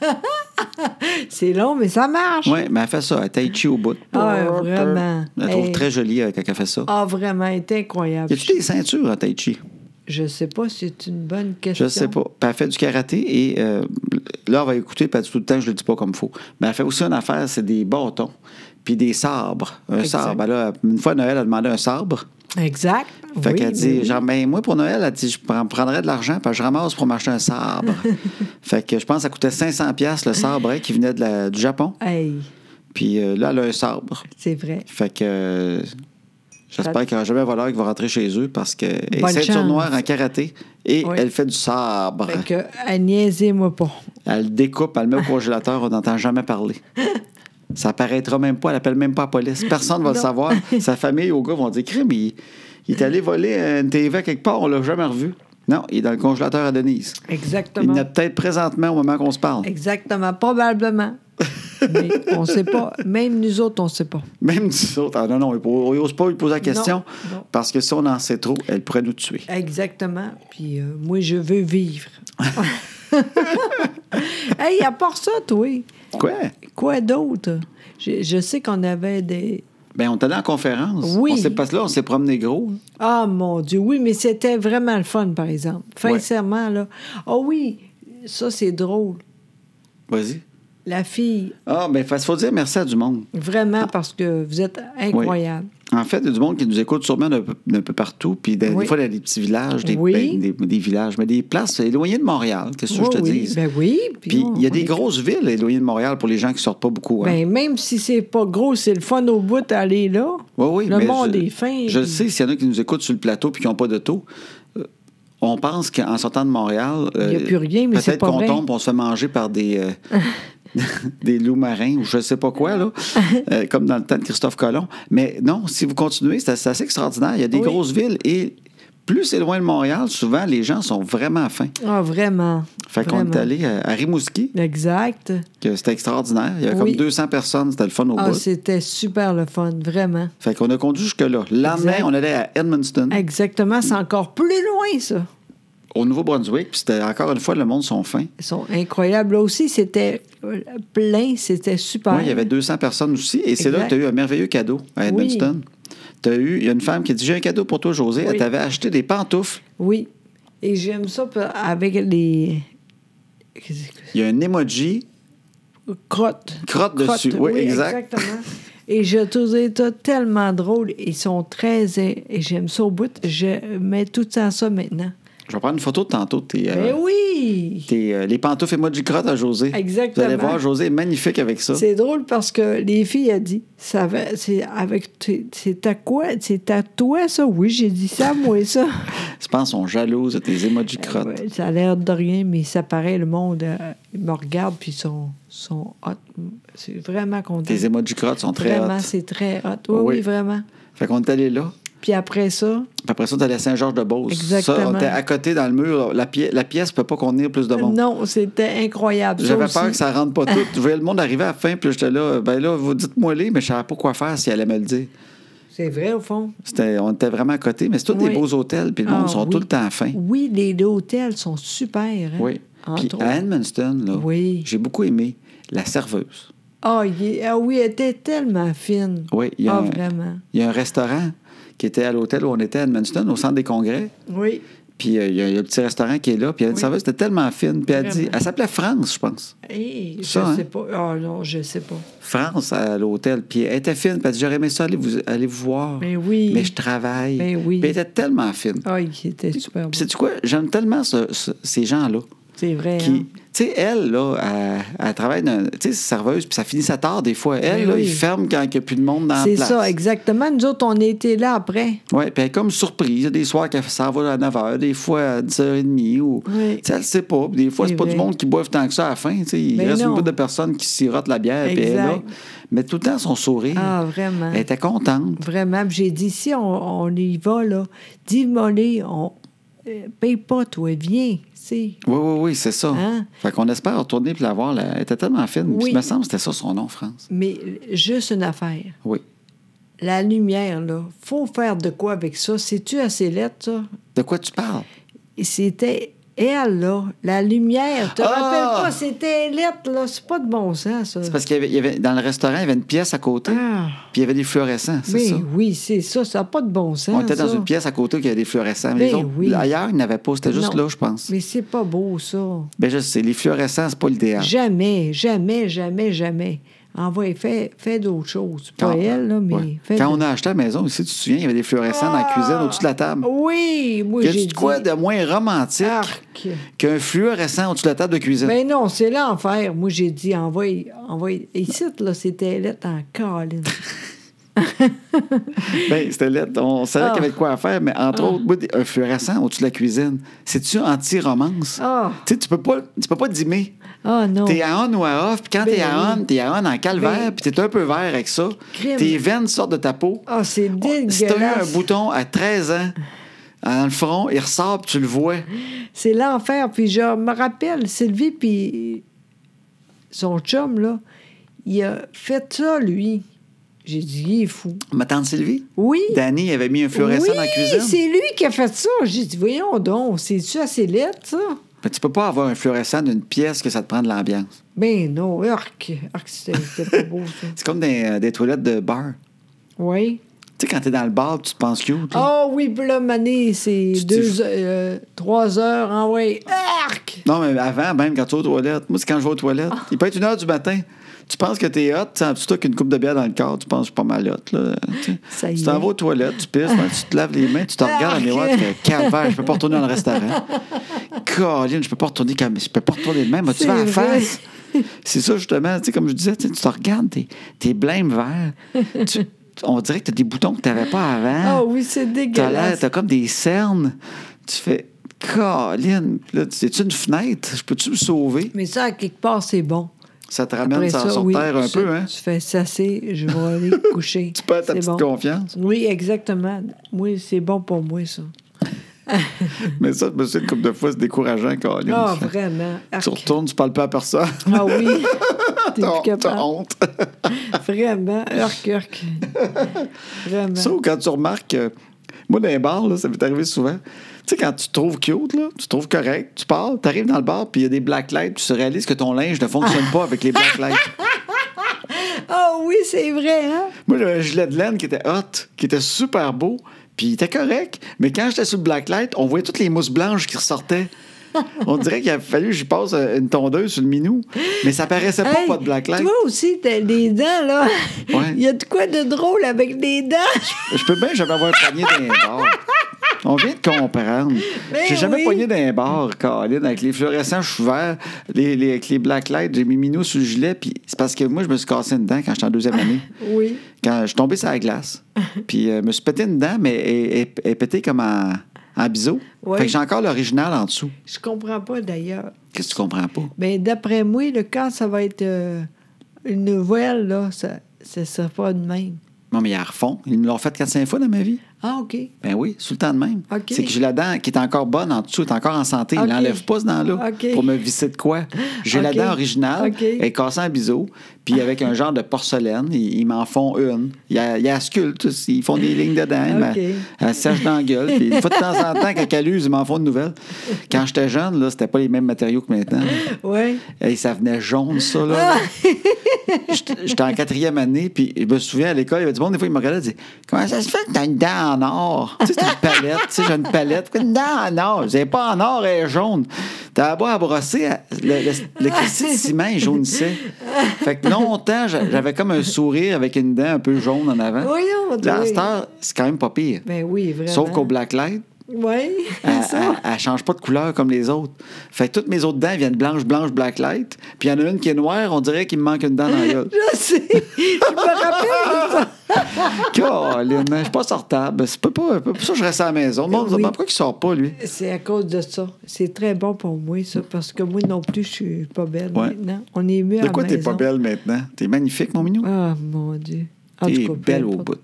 S2: c'est long, mais ça marche.
S1: Oui, mais elle fait ça, elle tai chi au bout.
S2: Ah, vraiment.
S1: Je la trouve
S2: Hey.
S1: très jolie euh, quand elle fait ça.
S2: Ah, vraiment, elle est incroyable.
S1: Y a-tu des ceintures en tai chi?
S2: Je sais pas si c'est une bonne question.
S1: Je sais pas. Puis elle fait du karaté et euh, là, on va écouter, puis elle dit tout le temps, je le dis pas comme il faut. Mais elle fait aussi une affaire, c'est des bâtons, puis des sabres. Un
S2: Exact.
S1: sabre. Elle a- une fois, Noël a demandé un sabre.
S2: Exact.
S1: Fait
S2: Oui,
S1: qu'elle dit,
S2: oui, oui.
S1: genre, ben, moi, pour Noël, elle dit, je prends- prendrais de l'argent, puis je ramasse pour m'acheter un sabre. fait que je pense que ça coûtait 500 pièces le sabre hein, qui venait de la- du Japon.
S2: Hey,
S1: Puis euh, là, elle a un sabre.
S2: c'est vrai.
S1: Fait que euh, j'espère qu'il n'y aura jamais un voleur qui va rentrer chez eux parce que elle est
S2: Bonne
S1: ceinture
S2: chance.
S1: noire en karaté et
S2: Oui.
S1: elle fait du sabre.
S2: Fait que, euh, niaisez-moi pas.
S1: Elle découpe, elle le met au congélateur, on n'entend jamais parler. Ça paraîtra même pas, elle appelle même pas la police. Personne ne va le
S2: Non.
S1: savoir. Sa famille au gars vont dire Crime, il, il est allé voler une TV quelque part, on l'a jamais revu. Non, il est dans le congélateur à Denise. Il
S2: Exactement.
S1: n'est peut-être présentement au moment qu'on se parle.
S2: Exactement, probablement. Mais on sait pas. Même nous autres, on sait pas.
S1: Même nous autres, ah non, non, on n'ose pas lui poser la question
S2: Non, non.
S1: parce que si on en sait trop, elle pourrait nous tuer.
S2: Exactement. Puis euh, moi, je veux vivre. hey, à part ça, toi,
S1: Quoi?
S2: quoi d'autre? Je, je sais qu'on avait des...
S1: Ben, on est allé en conférence.
S2: Oui.
S1: On s'est passé là, on s'est promené gros.
S2: Ah, mon Dieu, oui, mais c'était vraiment le fun, par exemple. Sincèrement, là. Ah oui, ça, c'est drôle.
S1: Vas-y.
S2: La fille,
S1: Ah, ben, il faut dire merci à du monde.
S2: vraiment, parce que vous êtes incroyable.
S1: En fait, il y a du monde qui nous écoute sûrement d'un peu, d'un peu partout, puis des, des
S2: Oui.
S1: fois dans des petits villages, des,
S2: Oui.
S1: ben, des, des villages, mais des places éloignées de Montréal, qu'est-ce que
S2: Oui,
S1: je te
S2: oui.
S1: dis?
S2: Ben oui.
S1: puis
S2: on-
S1: il y a
S2: on
S1: des
S2: est-
S1: grosses villes éloignées de Montréal pour les gens qui sortent pas beaucoup. hein.
S2: Ben, même si c'est pas gros, c'est le fun au bout d'aller là.
S1: Oui, oui,
S2: Le
S1: mais
S2: monde
S1: je,
S2: est fin.
S1: Je le
S2: puis-
S1: sais, s'il y en a qui nous écoutent sur le plateau puis qui n'ont pas d'auto, euh, on pense qu'en sortant de Montréal, euh,
S2: Il y a plus rien, mais c'est
S1: peut-être
S2: pas
S1: qu'on
S2: vrai.
S1: tombe, on se fait manger par des, euh, des loups marins ou je sais pas quoi, là, euh, comme dans le temps de Christophe Colomb. Mais non, si vous continuez, c'est c'est assez extraordinaire. Il y a des
S2: Oui.
S1: grosses villes et plus c'est loin de Montréal, souvent les gens sont vraiment fins.
S2: Ah, vraiment.
S1: Fait qu'on est
S2: Vraiment.
S1: allé à, à Rimouski,
S2: Exact.
S1: que c'était extraordinaire. Il y avait
S2: Oui.
S1: comme 200 personnes, c'était le fun au
S2: Ah,
S1: bout.
S2: c'était super le fun, vraiment.
S1: Fait qu'on a conduit jusque-là. Le lendemain,
S2: Exact.
S1: on allait à Edmundston.
S2: Exactement, c'est encore plus loin, ça.
S1: au Nouveau-Brunswick, puis c'était encore une fois, le monde sont fins.
S2: Ils sont incroyables. Là aussi, c'était euh, plein, c'était super.
S1: Oui, il y avait 200 personnes aussi, et c'est là que tu as eu un merveilleux cadeau à
S2: Oui.
S1: Edmundston. T'as eu, il y a une femme qui a dit J'ai un cadeau pour toi, José. Elle
S2: Oui.
S1: t'avait acheté des pantoufles.
S2: Oui. Et j'aime ça p- avec les qu'est-ce que-
S1: Il y a un emoji.
S2: crottes.
S1: Crottes dessus, oui, exact.
S2: Exactement. Et je trouvais ça tellement drôle. Ils sont très. Et j'aime ça au bout. Je mets tout le temps ça maintenant.
S1: Je vais prendre une photo de tantôt. de Tes, euh,
S2: Mais oui!
S1: tes, euh, les pantoufles emoji crotte à José.
S2: Exactement.
S1: Vous allez voir, José est magnifique avec ça.
S2: C'est drôle parce que les filles a dit ça va- c'est avec t- c'est à quoi c'est à toi ça oui j'ai dit ça moi ça
S1: Je pense qu'ils sont jalouses de tes emoji crottes.
S2: Ben Ouais, ça a l'air de rien mais ça paraît le monde euh, il me regarde puis ils sont sont hot c'est vraiment content
S1: Tes emoji crottes sont très
S2: vraiment
S1: hautes.
S2: c'est très hot oui,
S1: Oui.
S2: oui vraiment
S1: Fait qu'on est allé là.
S2: puis après ça
S1: Puis Après ça, t'allais à Saint-Georges-de-Beauce. Ça,
S2: Exactement.
S1: on était à côté dans le mur. La, pièce la pièce peut pas contenir plus de monde.
S2: non c'était incroyable ça
S1: J'avais
S2: aussi.
S1: peur que ça rentre pas tout. Je voyais le monde arriver à la fin, puis j'étais là, ben là, vous dites-moi les, mais je savais pas quoi faire si elle allait me le dire.
S2: c'est vrai au fond
S1: C'était, on était vraiment à côté, mais c'est tous des
S2: Oui.
S1: beaux hôtels, puis le monde
S2: Ah,
S1: sont
S2: oui.
S1: tout le temps fins.
S2: oui les deux hôtels sont super hein,
S1: Oui. Puis
S2: entre
S1: à
S2: autres.
S1: Edmundston, là,
S2: Oui.
S1: j'ai beaucoup aimé la serveuse.
S2: Ah, il est- ah oui elle était tellement fine
S1: Oui, il y a,
S2: ah
S1: un,
S2: vraiment
S1: il y a un restaurant qui était à l'hôtel où on était à Edmundston, au centre des congrès.
S2: oui
S1: Puis euh, il y, a, il y a un petit restaurant qui est là, puis la
S2: Oui.
S1: serveuse était tellement fine. Puis elle dit,
S2: Vraiment.
S1: elle s'appelait France, je pense.
S2: Hey, je
S1: Ça, hein?
S2: sais pas. Ah non, je sais pas.
S1: France à l'hôtel. Puis elle était fine. Puis elle dit J'aurais aimé ça aller vous, aller vous voir.
S2: Mais oui.
S1: Mais je travaille.
S2: Mais oui.
S1: Puis elle était tellement fine.
S2: Ah, il était super
S1: Puis
S2: beau.
S1: sais-tu quoi J'aime tellement ce- ce- ces gens-là.
S2: C'est vrai.
S1: Qui,
S2: hein?
S1: tu sais, tu sais, elle, là, elle, elle travaille, dans- tu sais, serveuse, puis ça finit sa tard des fois. Elle,
S2: Ben
S1: là,
S2: oui.
S1: il ferme quand il n'y a plus de monde dans la
S2: C'est
S1: place.
S2: ça, exactement. Nous autres, on était là après.
S1: Oui, puis elle est comme surprise. Des soirs qu'elle s'en va à 9h, des fois à 10h30. Ou...
S2: Oui.
S1: Tu sais, elle sait pas. Puis des fois,
S2: C'est
S1: c'est pas du
S2: vrai.
S1: monde qui boive tant que ça à la fin. tu sais. Il
S2: Ben
S1: reste
S2: non.
S1: une bout de personnes qui sirotent la bière, puis elle est là.
S2: Exact.
S1: Mais tout le temps, son sourire.
S2: Ah, vraiment.
S1: Elle était contente.
S2: Vraiment. Puis J'ai dit, si on, on y va, là, dis mollet, on euh, paye pas, toi, viens, tu sais.
S1: Oui, oui, oui, c'est ça.
S2: Hein?
S1: Fait qu'on espère retourner pour la voir. là. Elle était tellement fine. Puis
S2: Oui.
S1: il me semble que c'était ça son nom, France.
S2: Mais juste une affaire.
S1: Oui.
S2: La lumière, là, faut faire de quoi avec ça. C'est-tu assez lettre, ça?
S1: De quoi tu parles?
S2: Et c'était elle, là, la lumière. Tu te
S1: Ah!
S2: rappelles pas, c'était lettre, là. C'est pas de bon sens, ça.
S1: C'est parce qu'il y avait, il y avait- dans le restaurant, il y avait une pièce à côté,
S2: Ah,
S1: puis il y avait des fluorescents, c'est
S2: mais
S1: ça?
S2: oui, c'est ça. Ça n'a pas de bon sens.
S1: On était dans
S2: ça.
S1: une pièce à côté où il y avait des fluorescents. Mais les
S2: Ben
S1: autres,
S2: oui.
S1: ailleurs, il n'y en avait pas. C'était juste
S2: Non.
S1: là, je pense.
S2: Mais c'est pas beau, ça.
S1: Ben, je sais, les fluorescents, c'est pas l'idéal.
S2: Jamais, jamais, jamais, jamais. Envoie, fais, fais d'autres choses. Pas elle, là, mais
S1: Ah. Ouais.
S2: fais
S1: Quand
S2: de-
S1: on a acheté la maison, ici, tu te souviens, il y avait des fluorescents dans la cuisine, au-dessus de la table.
S2: Ah Oui, moi,
S1: Y
S2: j'ai
S1: a-tu
S2: dit... Ah.
S1: de quoi de moins romantique
S2: Arc.
S1: qu'un fluorescent au-dessus de la table de cuisine?
S2: Mais non, c'est l'enfer. Moi, j'ai dit, envoie... envoie... Ici, là, c'était lettre en colline.
S1: Ben, c'était laid. On savait
S2: Ah.
S1: qu'il y avait de quoi à faire, mais entre autres, moi, un fluorescent au-dessus de la cuisine, c'est-tu anti-romance?
S2: Ah.
S1: Tu sais, tu peux pas, tu peux pas dimmer.
S2: Ah non.
S1: T'es à on ou à off, puis quand
S2: Ben
S1: t'es à
S2: oui.
S1: on, t'es à on en calvaire,
S2: Ben-
S1: puis t'es un peu vert avec ça.
S2: Crime.
S1: Tes veines sortent de ta peau.
S2: Ah, c'est dégueulasse.
S1: Si t'as eu Oh, un bouton à 13 ans, dans le front, il ressort, puis tu le vois.
S2: C'est l'enfer. Puis je me rappelle, Sylvie, puis son chum, là, il a fait ça, lui. J'ai dit, il est fou.
S1: Ma tante Sylvie,
S2: Oui.
S1: Danny avait mis un fluorescent
S2: oui,
S1: dans la cuisine.
S2: c'est lui qui a fait ça. J'ai dit, voyons donc, c'est-tu assez lettre, ça?
S1: Mais tu peux pas avoir un fluorescent d'une pièce que ça te prend de l'ambiance.
S2: Ben non, arc, arc, c'était c'était pas beau, ça.
S1: C'est comme des, des toilettes de bar.
S2: Oui.
S1: Tu sais, quand t'es dans le bar, tu te penses cute. là.
S2: Ah oui, puis là, Mané, c'est
S1: Tu t'es-
S2: deux, euh, trois heures, en ouais, arc!
S1: Non, mais avant, même quand tu vas aux toilettes, moi, c'est quand je vais aux toilettes.
S2: Ah.
S1: Il peut être une heure du matin. Tu penses que t'es hot, tu as qu'une coupe de bière dans le corps, tu penses que je suis pas mal hot. Là, tu sais.
S2: Ça y
S1: tu t'en
S2: est. Ah,
S1: vas aux toilettes, tu pisses, ben, tu te laves les mains, tu te regardes dans le miroir, tu fais calvaire, je peux pas retourner dans le restaurant. Colline, je peux pas retourner comme. Je peux pas retourner de même, tu
S2: C'est
S1: vas à la
S2: vrai.
S1: face. C'est ça, justement, tu sais, comme je disais, tu sais, tu te regardes, t'es, t'es blême vert. Tu- on dirait que t'as des boutons que t'avais pas avant.
S2: Ah oui,
S1: T'as
S2: c'est
S1: l'air,
S2: dégueulasse.
S1: t'as comme des cernes. Tu fais, Colin, là, c'est une fenêtre? Je peux-tu me sauver?
S2: Mais ça, à quelque part, c'est bon.
S1: Ça te
S2: Après
S1: ramène sur,
S2: ça,
S1: sur
S2: oui,
S1: terre un
S2: tu-
S1: peu, hein?
S2: Tu fais ça, c'est, je vais aller coucher.
S1: Tu perds ta
S2: C'est
S1: petite
S2: bon.
S1: confiance.
S2: Oui, exactement. Oui, c'est bon pour moi, ça.
S1: Mais ça, je me suis dit une couple de fois, c'est décourageant, Colin.
S2: Ah,
S1: Tu fais-
S2: vraiment. arc.
S1: tu retournes, tu parles pas à personne.
S2: Ah oui. T'es plus
S1: T'as t'as
S2: capable.
S1: honte.
S2: Vraiment, urk, urk. Vraiment.
S1: Ça, ou quand tu remarques que, moi, dans les bars, là, ça m'est arrivé souvent. Tu sais, quand tu te trouves cute, là, tu te trouves correct, tu parles, tu arrives dans le bar, puis il y a des black lights, tu réalises que ton linge ne fonctionne pas avec les black lights.
S2: Ah oui, c'est vrai, hein?
S1: Moi, j'avais un gilet de laine qui était hot, qui était super beau, puis il était correct. Mais quand j'étais sur le Blacklight, on voyait toutes les mousses blanches qui ressortaient. On dirait qu'il a fallu que j'y passe euh, une tondeuse sur le minou. Mais ça paraissait pas,
S2: Hey,
S1: pas de Blacklight.
S2: Toi aussi, t'as les dents, là. Il
S1: Ouais.
S2: y a de quoi de drôle avec les dents.
S1: Je peux bien jamais avoir pogné d'un bar. On vient de comprendre.
S2: Mais
S1: J'ai jamais
S2: Ben oui.
S1: pogné d'un bar, Colin, avec les fluorescents, je suis vert, les, les- avec les Blacklight, j'ai mis minou sur le gilet, puis c'est parce que moi, je me suis cassé une dent quand j'étais en deuxième année.
S2: Oui.
S1: quand je suis tombé sur la glace, puis euh, me suis pété une dent, mais elle est pétée comme en, en biseau.
S2: Ouais.
S1: Fait que j'ai encore l'original en dessous.
S2: Je comprends pas, d'ailleurs.
S1: Qu'est-ce que tu comprends pas?
S2: Mais d'après moi, le quand ça va être euh, une nouvelle, là, ça ne sera pas de même.
S1: Non, mais ils la refont. Ils me l'ont fait 4-5 fois dans ma vie.
S2: Ah, OK.
S1: Ben oui, sous le temps de même.
S2: OK.
S1: C'est que j'ai la dent qui est encore bonne en dessous, est encore en santé.
S2: OK.
S1: Ils l'enlèvent pas, ce dent-là,
S2: OK.
S1: pour me visser de quoi. J'ai
S2: OK.
S1: la dent originale,
S2: OK.
S1: elle est cassée en biseau, puis avec un genre de porcelaine, ils, ils m'en font une. Ils la ils la sculptent, ils font des lignes dedans, ils m'a-
S2: OK.
S1: elle se sèche dans la gueule. Puis une fois de temps en temps, quand elle use, ils m'en font de nouvelles. Quand j'étais jeune, là, c'était pas les mêmes matériaux que maintenant.
S2: Oui.
S1: Et ça venait jaune, ça, là. J'étais j'étais en quatrième année, puis je me souviens à l'école, il y avait du monde, des fois, il me regardait et disait Comment ça se fait que t'as une dent en or Tu sais, c'est une palette, tu sais, j'ai une palette. Pourquoi une dent en or Je disais pas en or, elle est jaune. T'as beau à brosser, le, le, le cristaux de ciment, il jaunissait. Fait que longtemps, j'a- j'avais comme un sourire avec une dent un peu jaune en avant.
S2: Voyons,
S1: Là, à
S2: oui.
S1: cette heure, c'est quand même pas pire.
S2: Ben oui, vraiment.
S1: Sauf qu'au Ah, Blacklight,
S2: Oui,
S1: Elle,
S2: Hein, ça.
S1: elle- elle change pas de couleur comme les autres. Fait que toutes mes autres dents viennent blanches, blanches, black light. Puis il y en a une qui est noire, on dirait qu'il me manque une dent dans la gueule.
S2: Je sais. Je me rappelle. ça.
S1: Caroline, je suis pas sortable. C'est pas, pas, pas pour ça que je reste à la maison. Le monde me
S2: Oui.
S1: demande pourquoi il sort pas, lui.
S2: C'est à cause de ça. C'est très bon pour moi, ça, parce que moi non plus, je suis pas belle
S1: Ouais.
S2: maintenant. On est mieux à
S1: De quoi
S2: la
S1: t'es pas
S2: maison.
S1: belle maintenant? T'es magnifique, mon mignon.
S2: Ah, mon Dieu. En
S1: T'es
S2: tout cas, peu
S1: belle au
S2: importe.
S1: bout.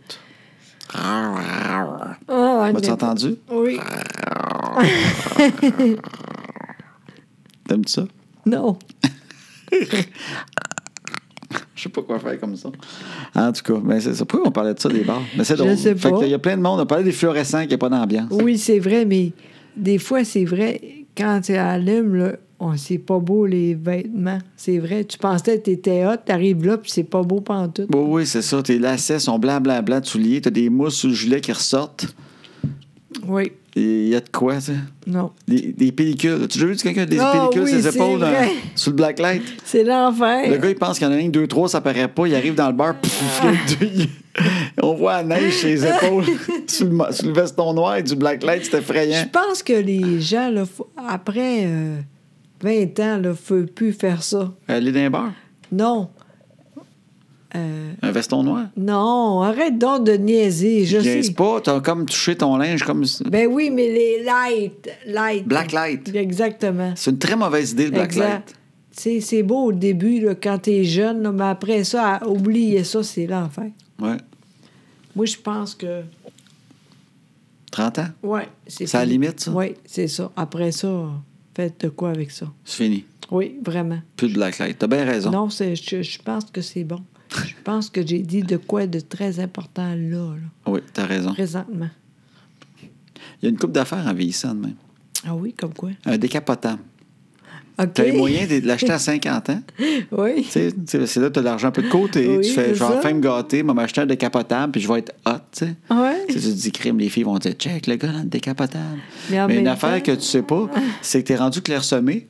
S1: Bah, As-tu
S2: Ah, mais-
S1: entendu?
S2: Oui.
S1: T'aimes ça?
S2: Non.
S1: Je sais pas quoi faire comme ça. En tout cas, mais c'est ça. Pourquoi on parlait de ça des bars? Mais c'est
S2: Je
S1: drôle.
S2: sais
S1: Fait
S2: pas.
S1: que Il y a plein de monde. On parlait des fluorescents qui n'y a pas d'ambiance.
S2: Oui, c'est vrai, mais des fois, c'est vrai, quand tu allumes, là, on, c'est pas beau les vêtements. C'est vrai. Tu pensais que t'étais hot, t'arrives là, puis c'est pas beau pantoute.
S1: Oui, oui, c'est ça. Tes lacets sont blancs, blancs, blancs, tu liés. T'as des mousses sous le gilet qui ressortent.
S2: Oui.
S1: Et Il y a de quoi, ça?
S2: Non.
S1: Des, des pellicules. Tu as vu quelqu'un des
S2: Ah
S1: pellicules
S2: oui,
S1: sur les
S2: c'est
S1: épaules
S2: vrai.
S1: hein, sous le blacklight?
S2: C'est l'enfer.
S1: Le gars, il pense qu'il y en a une, deux, trois, ça paraît pas. Il arrive dans le bar, pff,
S2: Ah.
S1: le deux, il- on voit la neige sur les épaules, sous, le, ma- sous le veston noir et du blacklight, c'est effrayant.
S2: Je pense que les gens, là, faut- après euh, 20 ans, ne peuvent plus faire ça.
S1: Aller dans un bar,
S2: Non. Euh,
S1: un veston noir.
S2: non, arrête donc de niaiser, je
S1: Niaise
S2: sais.
S1: pas, t'as comme touché ton linge comme.
S2: Ben oui, mais les lights, lights.
S1: Blacklight.
S2: Exactement.
S1: C'est une très mauvaise idée, le blacklight.
S2: Exact. Tu sais, C'est beau au début, là, quand t'es jeune, là, mais après ça, à oublier ça, c'est l'enfer.
S1: Ouais.
S2: Moi, je pense que...
S1: 30 ans,
S2: Ouais, c'est
S1: C'est à la
S2: fini.
S1: limite, ça?
S2: Oui, c'est ça. Après ça, euh, faites de quoi avec ça?
S1: c'est fini.
S2: Oui, vraiment.
S1: Plus de blacklight. T'as bien raison.
S2: Non, c'est- je, je pense que c'est bon. Je pense que j'ai dit de quoi de très important là, là,
S1: Oui, t'as raison.
S2: présentement.
S1: Il y a une coupe d'affaires en vieillissant de même.
S2: Ah oui, comme quoi?
S1: Un décapotable.
S2: OK.
S1: T'as les moyens de de l'acheter à 50 ans.
S2: Oui.
S1: Tu sais, tu sais, c'est là, tu as de l'argent un peu de côté.
S2: Oui,
S1: tu fais,
S2: c'est
S1: je vais enfin
S2: ça.
S1: me gâter, je vais m'acheter un décapotable, puis je vais être hot, tu sais.
S2: Ouais.
S1: Tu sais, tu te dis crime, les filles vont dire check, le gars dans le décapotable.
S2: Mais en
S1: Mais, une
S2: même
S1: affaire que
S2: temps-
S1: tu sais pas, c'est que tu es rendu clairsemé.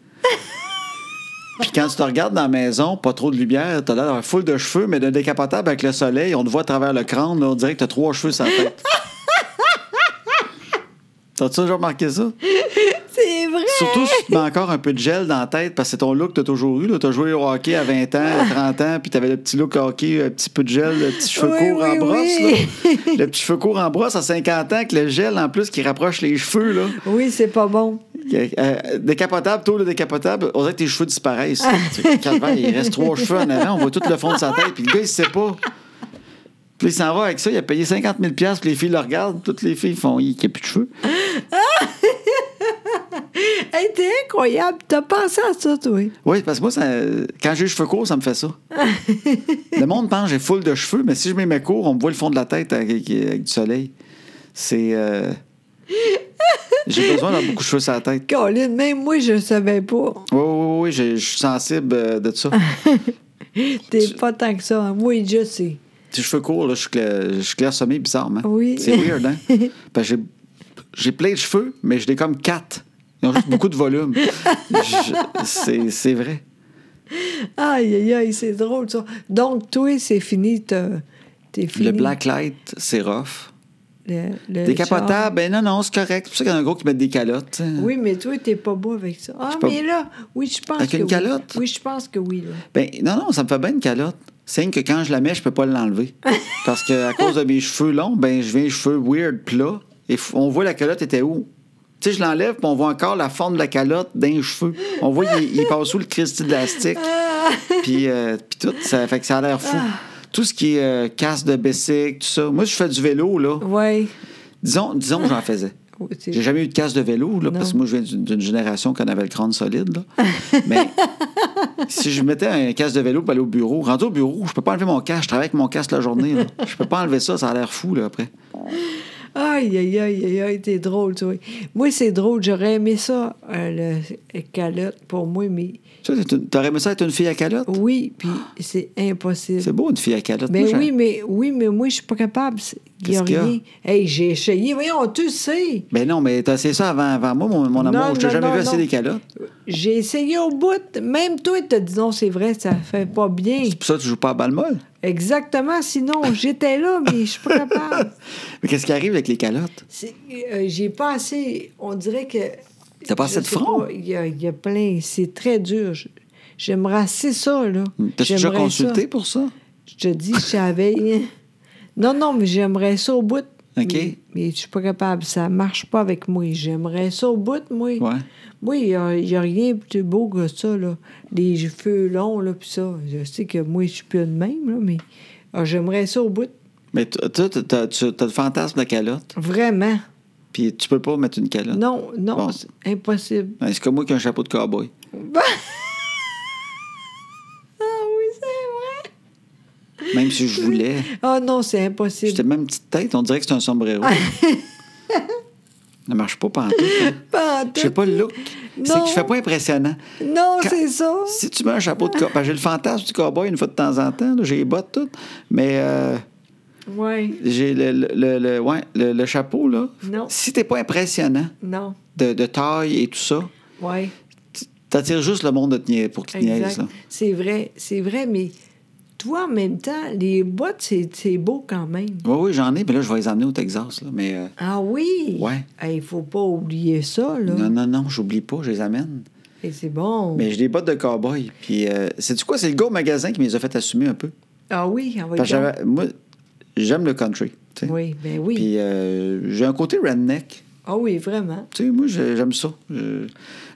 S1: puis quand tu te regardes dans la maison, pas trop de lumière, t'as l'air d'avoir full de cheveux, mais d'un décapotable avec le soleil, on te voit à travers le crâne, là, on dirait que t'as trois cheveux sur la tête. T'as-tu déjà remarqué ça?
S2: C'est vrai.
S1: Surtout si tu te mets encore un peu de gel dans la tête parce que c'est ton look que tu as toujours eu. Tu as joué au hockey à 20 ans, à 30 ans, puis tu avais le petit look hockey, un petit peu de gel, le petit cheveu
S2: Oui,
S1: court en
S2: oui,
S1: brosse.
S2: oui.
S1: là. Le petit cheveu court en brosse à 50 ans, avec le gel en plus qui rapproche les cheveux. Là.
S2: Oui, c'est pas bon.
S1: Euh, décapotable, tôt le décapotable, on dirait que tes cheveux disparaissent. Tu sais, Calvaire, il reste trois cheveux en avant, on voit tout le fond de sa tête, puis le gars, il sait pas. Puis il s'en va avec ça, il a payé 50 000 piastres, puis les filles le regardent, toutes les filles font, il n'y a plus de cheveux.
S2: Hey, t'es incroyable. T'as pensé à ça, toi?
S1: Oui, parce que moi, ça, quand j'ai les cheveux courts, ça me fait ça. le monde pense que j'ai full de cheveux, mais si je mets mes courts, on me voit le fond de la tête avec, avec du soleil. C'est. euh, j'ai besoin d'avoir beaucoup de cheveux sur la tête.
S2: Colin, même moi, je savais pas.
S1: Oui, oui, oui, oui, je je suis sensible euh, de ça.
S2: T'es pas tant que ça. Moi, je sais.
S1: Tes cheveux courts, là, je suis cla- je suis clairsemé bizarrement.
S2: Oui.
S1: C'est weird, hein? Parce que j'ai- j'ai plein de cheveux, mais je l'ai comme quatre. Ils ont juste beaucoup de volume. Je- C'est c'est vrai.
S2: Aïe, aïe, aïe, c'est drôle, ça. Donc, toi, c'est fini. t'as- T'es fini.
S1: Le black light, c'est rough.
S2: Le, le
S1: Des capotables, ben non, non, c'est correct. C'est pour ça qu'il y en a un gros qui mettent des calottes. tu sais.
S2: genre. Oui, mais toi, t'es pas beau avec ça. Ah,
S1: pas-
S2: mais là, oui, je pense
S1: Avec
S2: que
S1: une
S2: oui.
S1: calotte?
S2: Oui, je pense que oui, là.
S1: Ben non, non, ça me fait bien une calotte. C'est que quand je la mets, je peux pas l'enlever. Parce que à cause de mes cheveux longs, ben je viens les cheveux weird plats. Et f- on voit la calotte était où? Tu sais, je l'enlève, puis on voit encore la forme de la calotte dans les cheveux. On voit, il, il passe où le Christy de l'élastique. Puis, euh, puis tout, ça fait que ça a l'air fou. Tout ce qui est euh, casse de bicycle, tout ça. Moi, je fais du vélo, là.
S2: Ouais.
S1: Disons, disons que j'en faisais.
S2: Oui. c'est-
S1: J'ai jamais eu de casse de vélo, là,
S2: Non.
S1: parce que moi, je viens d'une- d'une génération qu'on avait le crâne solide. là. Mais si je mettais un casse de vélo pour aller au bureau, rendu au bureau, je peux pas enlever mon casque. Je travaille avec mon casque la journée. là. Je peux pas enlever ça, ça a l'air fou là, après.
S2: Aïe, aïe, aïe, aïe, aïe, t'es drôle, toi. Moi, c'est drôle. J'aurais aimé ça, euh, le calotte, euh, pour moi, mais
S1: Tu aurais aimé ça être une fille à calotte?
S2: Oui, puis c'est impossible.
S1: Ah. C'est beau, une fille à calotte.
S2: Mais
S1: Moi, j'ai-
S2: oui, mais oui, mais moi, je suis pas capable. C'est- Il n'y a
S1: Qu'est-ce qu'il y a?
S2: rien. Hey, j'ai essayé. Voyons, tu sais.
S1: Ben non, mais t'as essayé ça avant, avant moi, mon, mon
S2: Non,
S1: amour. Je t'ai
S2: non,
S1: jamais
S2: non,
S1: vu essayer
S2: non.
S1: des calottes.
S2: J'ai essayé au bout. Même toi, tu as dit non, c'est vrai, ça fait pas bien.
S1: C'est pour ça que tu joues pas à balle molle.
S2: Exactement, sinon, j'étais là, mais je suis pas capable.
S1: Mais qu'est-ce qui arrive avec les calottes?
S2: C'est- euh, j'ai pas assez. On dirait que.
S1: T'as pas
S2: je
S1: assez de
S2: sais
S1: front?
S2: pas, Il y, a- il y a plein. C'est très dur. Je- J'aimerais assez ça, là.
S1: Hmm. T'as-tu déjà
S2: J'aimerais
S1: consulté
S2: ça.
S1: pour ça?
S2: Je te dis, je savais. non, non, mais j'aimerais ça au bout.
S1: OK.
S2: Mais, mais je suis pas capable. Ça marche pas avec moi. J'aimerais ça au bout, moi.
S1: Ouais.
S2: Moi, il n'y a, euh, il y a rien de plus beau que ça, là. Les cheveux longs, là, puis ça. Je sais que moi, je suis plus de même, là, mais ah, j'aimerais ça au bout.
S1: Mais t- toi, t'as- t'as tu- t'as le fantasme de la calotte,
S2: Vraiment.
S1: puis tu peux pas mettre une calotte.
S2: Non, non,
S1: Bon.
S2: c'est impossible.
S1: Ben, c'est comme moi qui ai un chapeau de cowboy.
S2: Ah oui, c'est vrai.
S1: Même si je voulais.
S2: Ah non, c'est
S1: J'étais
S2: impossible.
S1: même petite tête, on dirait que c'est un sombrero. Ça marche pas pantoute. hein.
S2: Pas en
S1: Je sais
S2: tout.
S1: pas le look. C'est
S2: Non.
S1: que je fais pas impressionnant.
S2: Non,
S1: Quand-
S2: c'est ça.
S1: Si tu mets un chapeau de cowboy, ben, j'ai le fantasme du cowboy une fois de temps en temps, là, j'ai les bottes toutes, mais euh,
S2: Oui.
S1: j'ai le, le, le, le- ouais, le- le chapeau, là.
S2: Non.
S1: Si t'es pas impressionnant
S2: Non.
S1: de, de taille et tout ça,
S2: Oui.
S1: t- t'attires juste le monde de te nia- pour qu'il te niaise,
S2: Exact.
S1: là.
S2: C'est vrai, c'est vrai, mais toi, en même temps, les bottes, c'est c'est beau quand même.
S1: Oui, oui, j'en ai, mais là, je vais les emmener au Texas, là, mais... euh,
S2: Ah oui?
S1: Ouais.
S2: Il faut pas oublier ça, là.
S1: Non, non, non, j'oublie pas, je les amène.
S2: Et c'est bon.
S1: Mais j'ai des bottes de cowboy. Puis, c'est-tu quoi? C'est le gars au magasin qui me les a fait assumer un peu.
S2: Ah oui, on va
S1: Parce que j'avais- moi, j'aime le country. tu sais.
S2: Oui, ben oui.
S1: Puis, euh, j'ai un côté redneck.
S2: Ah oui, vraiment.
S1: Tu sais, moi, j'ai- j'aime ça. Je-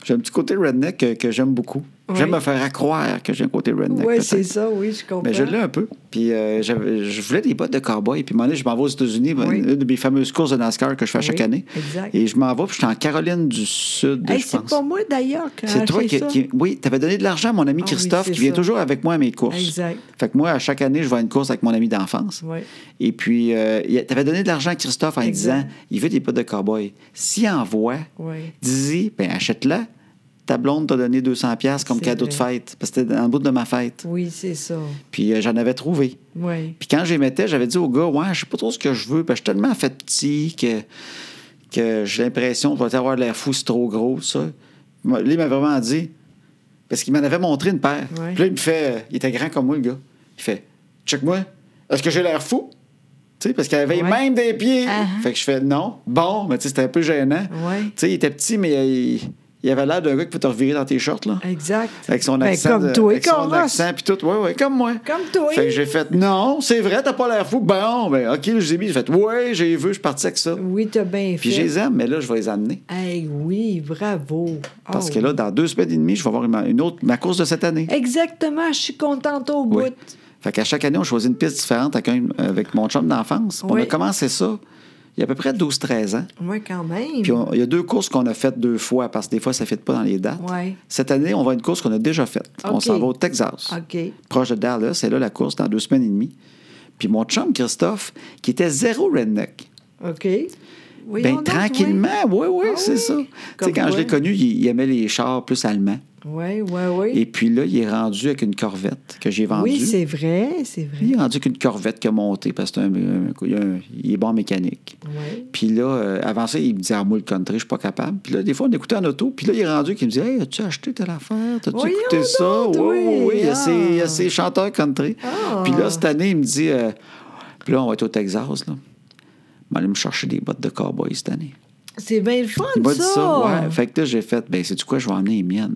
S1: J'ai un petit côté redneck que, que j'aime beaucoup.
S2: Ouais.
S1: J'aime me faire accroire que j'ai un côté redneck.
S2: Oui,
S1: peut-être.
S2: c'est ça, oui, je comprends.
S1: Mais je l'ai un peu. Puis euh, j'avais- je voulais des bottes de cowboy. Puis à un moment donné, je m'en vais aux États-Unis, ben,
S2: Oui.
S1: une de mes fameuses courses de NASCAR que je fais à chaque
S2: Oui,
S1: année.
S2: exact.
S1: Et je m'en vais, puis j'étais en Caroline du Sud,
S2: Hey,
S1: je
S2: c'est
S1: pense.
S2: pas moi d'ailleurs qui a
S1: C'est toi
S2: acheté
S1: qui,
S2: Ah, ça.
S1: qui- Oui, tu avais donné de l'argent à mon ami
S2: Ah oui,
S1: Christophe
S2: c'est
S1: qui vient
S2: ça.
S1: toujours avec moi à mes courses.
S2: Exact.
S1: Fait que moi, à chaque année, je vais à une course avec mon ami d'enfance.
S2: Oui.
S1: Et puis, euh, il- t'avais donné de l'argent à Christophe en lui
S2: Exact.
S1: disant il veut des bottes de cowboy. S'il en voit,
S2: Oui.
S1: dis-y, ben, achète-la. Ta blonde t'a donné 200$ comme
S2: C'est
S1: cadeau de
S2: vrai.
S1: fête. Parce que c'était dans le bout de ma fête.
S2: Oui, c'est ça.
S1: Puis euh, j'en avais trouvé.
S2: Oui.
S1: Puis quand je les mettais, j'avais dit au gars, ouais, je sais pas trop ce que je veux. Parce que je suis tellement fait petit que, que j'ai l'impression que je vais avoir l'air fou, c'est trop gros, ça. Moi, Lui, il m'a vraiment dit, parce qu'il m'en avait montré une paire.
S2: Ouais.
S1: Puis là, il me fait, euh, il était grand comme moi, le gars. Il fait, check-moi, est-ce que j'ai l'air fou? Tu sais, parce qu'il avait
S2: Ouais.
S1: même des pieds.
S2: Ah, ah.
S1: Fait que je fais, non, bon, mais tu sais, c'était un peu gênant.
S2: Ouais.
S1: Tu sais, il était petit, mais il, il avait l'air d'un gars qui peut te revirer dans tes shorts, là.
S2: Exact.
S1: Avec son
S2: Ben,
S1: accent.
S2: comme
S1: de-
S2: toi,
S1: avec son
S2: Carlos.
S1: accent, puis tout. Ouais, ouais, comme moi.
S2: Comme toi.
S1: Fait que j'ai fait, non, c'est vrai, t'as pas l'air fou. Bon, ben, OK, je les ai mis. J'ai fait, ouais, j'ai vu, je suis parti avec ça.
S2: Oui, t'as bien
S1: Puis je
S2: fait.
S1: les aime, mais là, je vais les amener.
S2: Hey, oui, bravo.
S1: Parce
S2: Ah
S1: que là,
S2: oui.
S1: dans deux semaines et demie, je vais avoir ma- une autre, ma course de cette année.
S2: Exactement, je suis contente au
S1: Oui.
S2: bout.
S1: Fait qu'à chaque année, on choisit une piste différente avec, un- avec mon chum d'enfance. On
S2: Oui.
S1: a commencé ça il y a à peu près 12-13 ans.
S2: Oui, quand même.
S1: Puis on- il y a deux courses qu'on a faites deux fois parce que des fois, ça ne fit pas dans les dates.
S2: Oui.
S1: Cette année, on va à une course qu'on a déjà faite. On
S2: OK.
S1: s'en va au Texas.
S2: OK.
S1: proche de Dallas. C'est là la course dans deux semaines et demie. Puis mon chum Christophe, qui était zéro redneck,
S2: OK. Oui,
S1: ben tranquillement, oui, oui,
S2: Ah
S1: c'est
S2: oui?
S1: ça. Tu sais,
S2: Comme
S1: quand je
S2: quoi?
S1: l'ai connu, il, il aimait les chars plus allemands.
S2: Oui, oui, oui.
S1: Et puis là, il est rendu avec une corvette que j'ai vendue.
S2: Oui, c'est vrai, c'est vrai.
S1: il est rendu avec une corvette qui a monté parce que c'est un- un- il a un- il est bon en mécanique.
S2: Oui.
S1: Puis là, euh, avant ça, il me disait, ah, moi, le country, je suis pas capable. Puis là, des fois, on écoutait en auto. Puis là, il est rendu qu'il me dit, hey, as-tu acheté telle affaire? T'as-tu
S2: Voyons
S1: écouté ça?
S2: donc,
S1: oui, oui,
S2: oui.
S1: oui. Il y a
S2: Ah.
S1: ses- il y a ses chanteurs country.
S2: Ah.
S1: Puis là, cette année, il me dit, euh, puis là, on va être au Texas, là. Je vais aller me chercher des bottes de cowboy cette année.
S2: C'est bien le fun,
S1: Il m'a
S2: ça.
S1: dit ça, ouais. Fait que là, j'ai fait, ben, c'est du quoi, je vais emmener les miennes.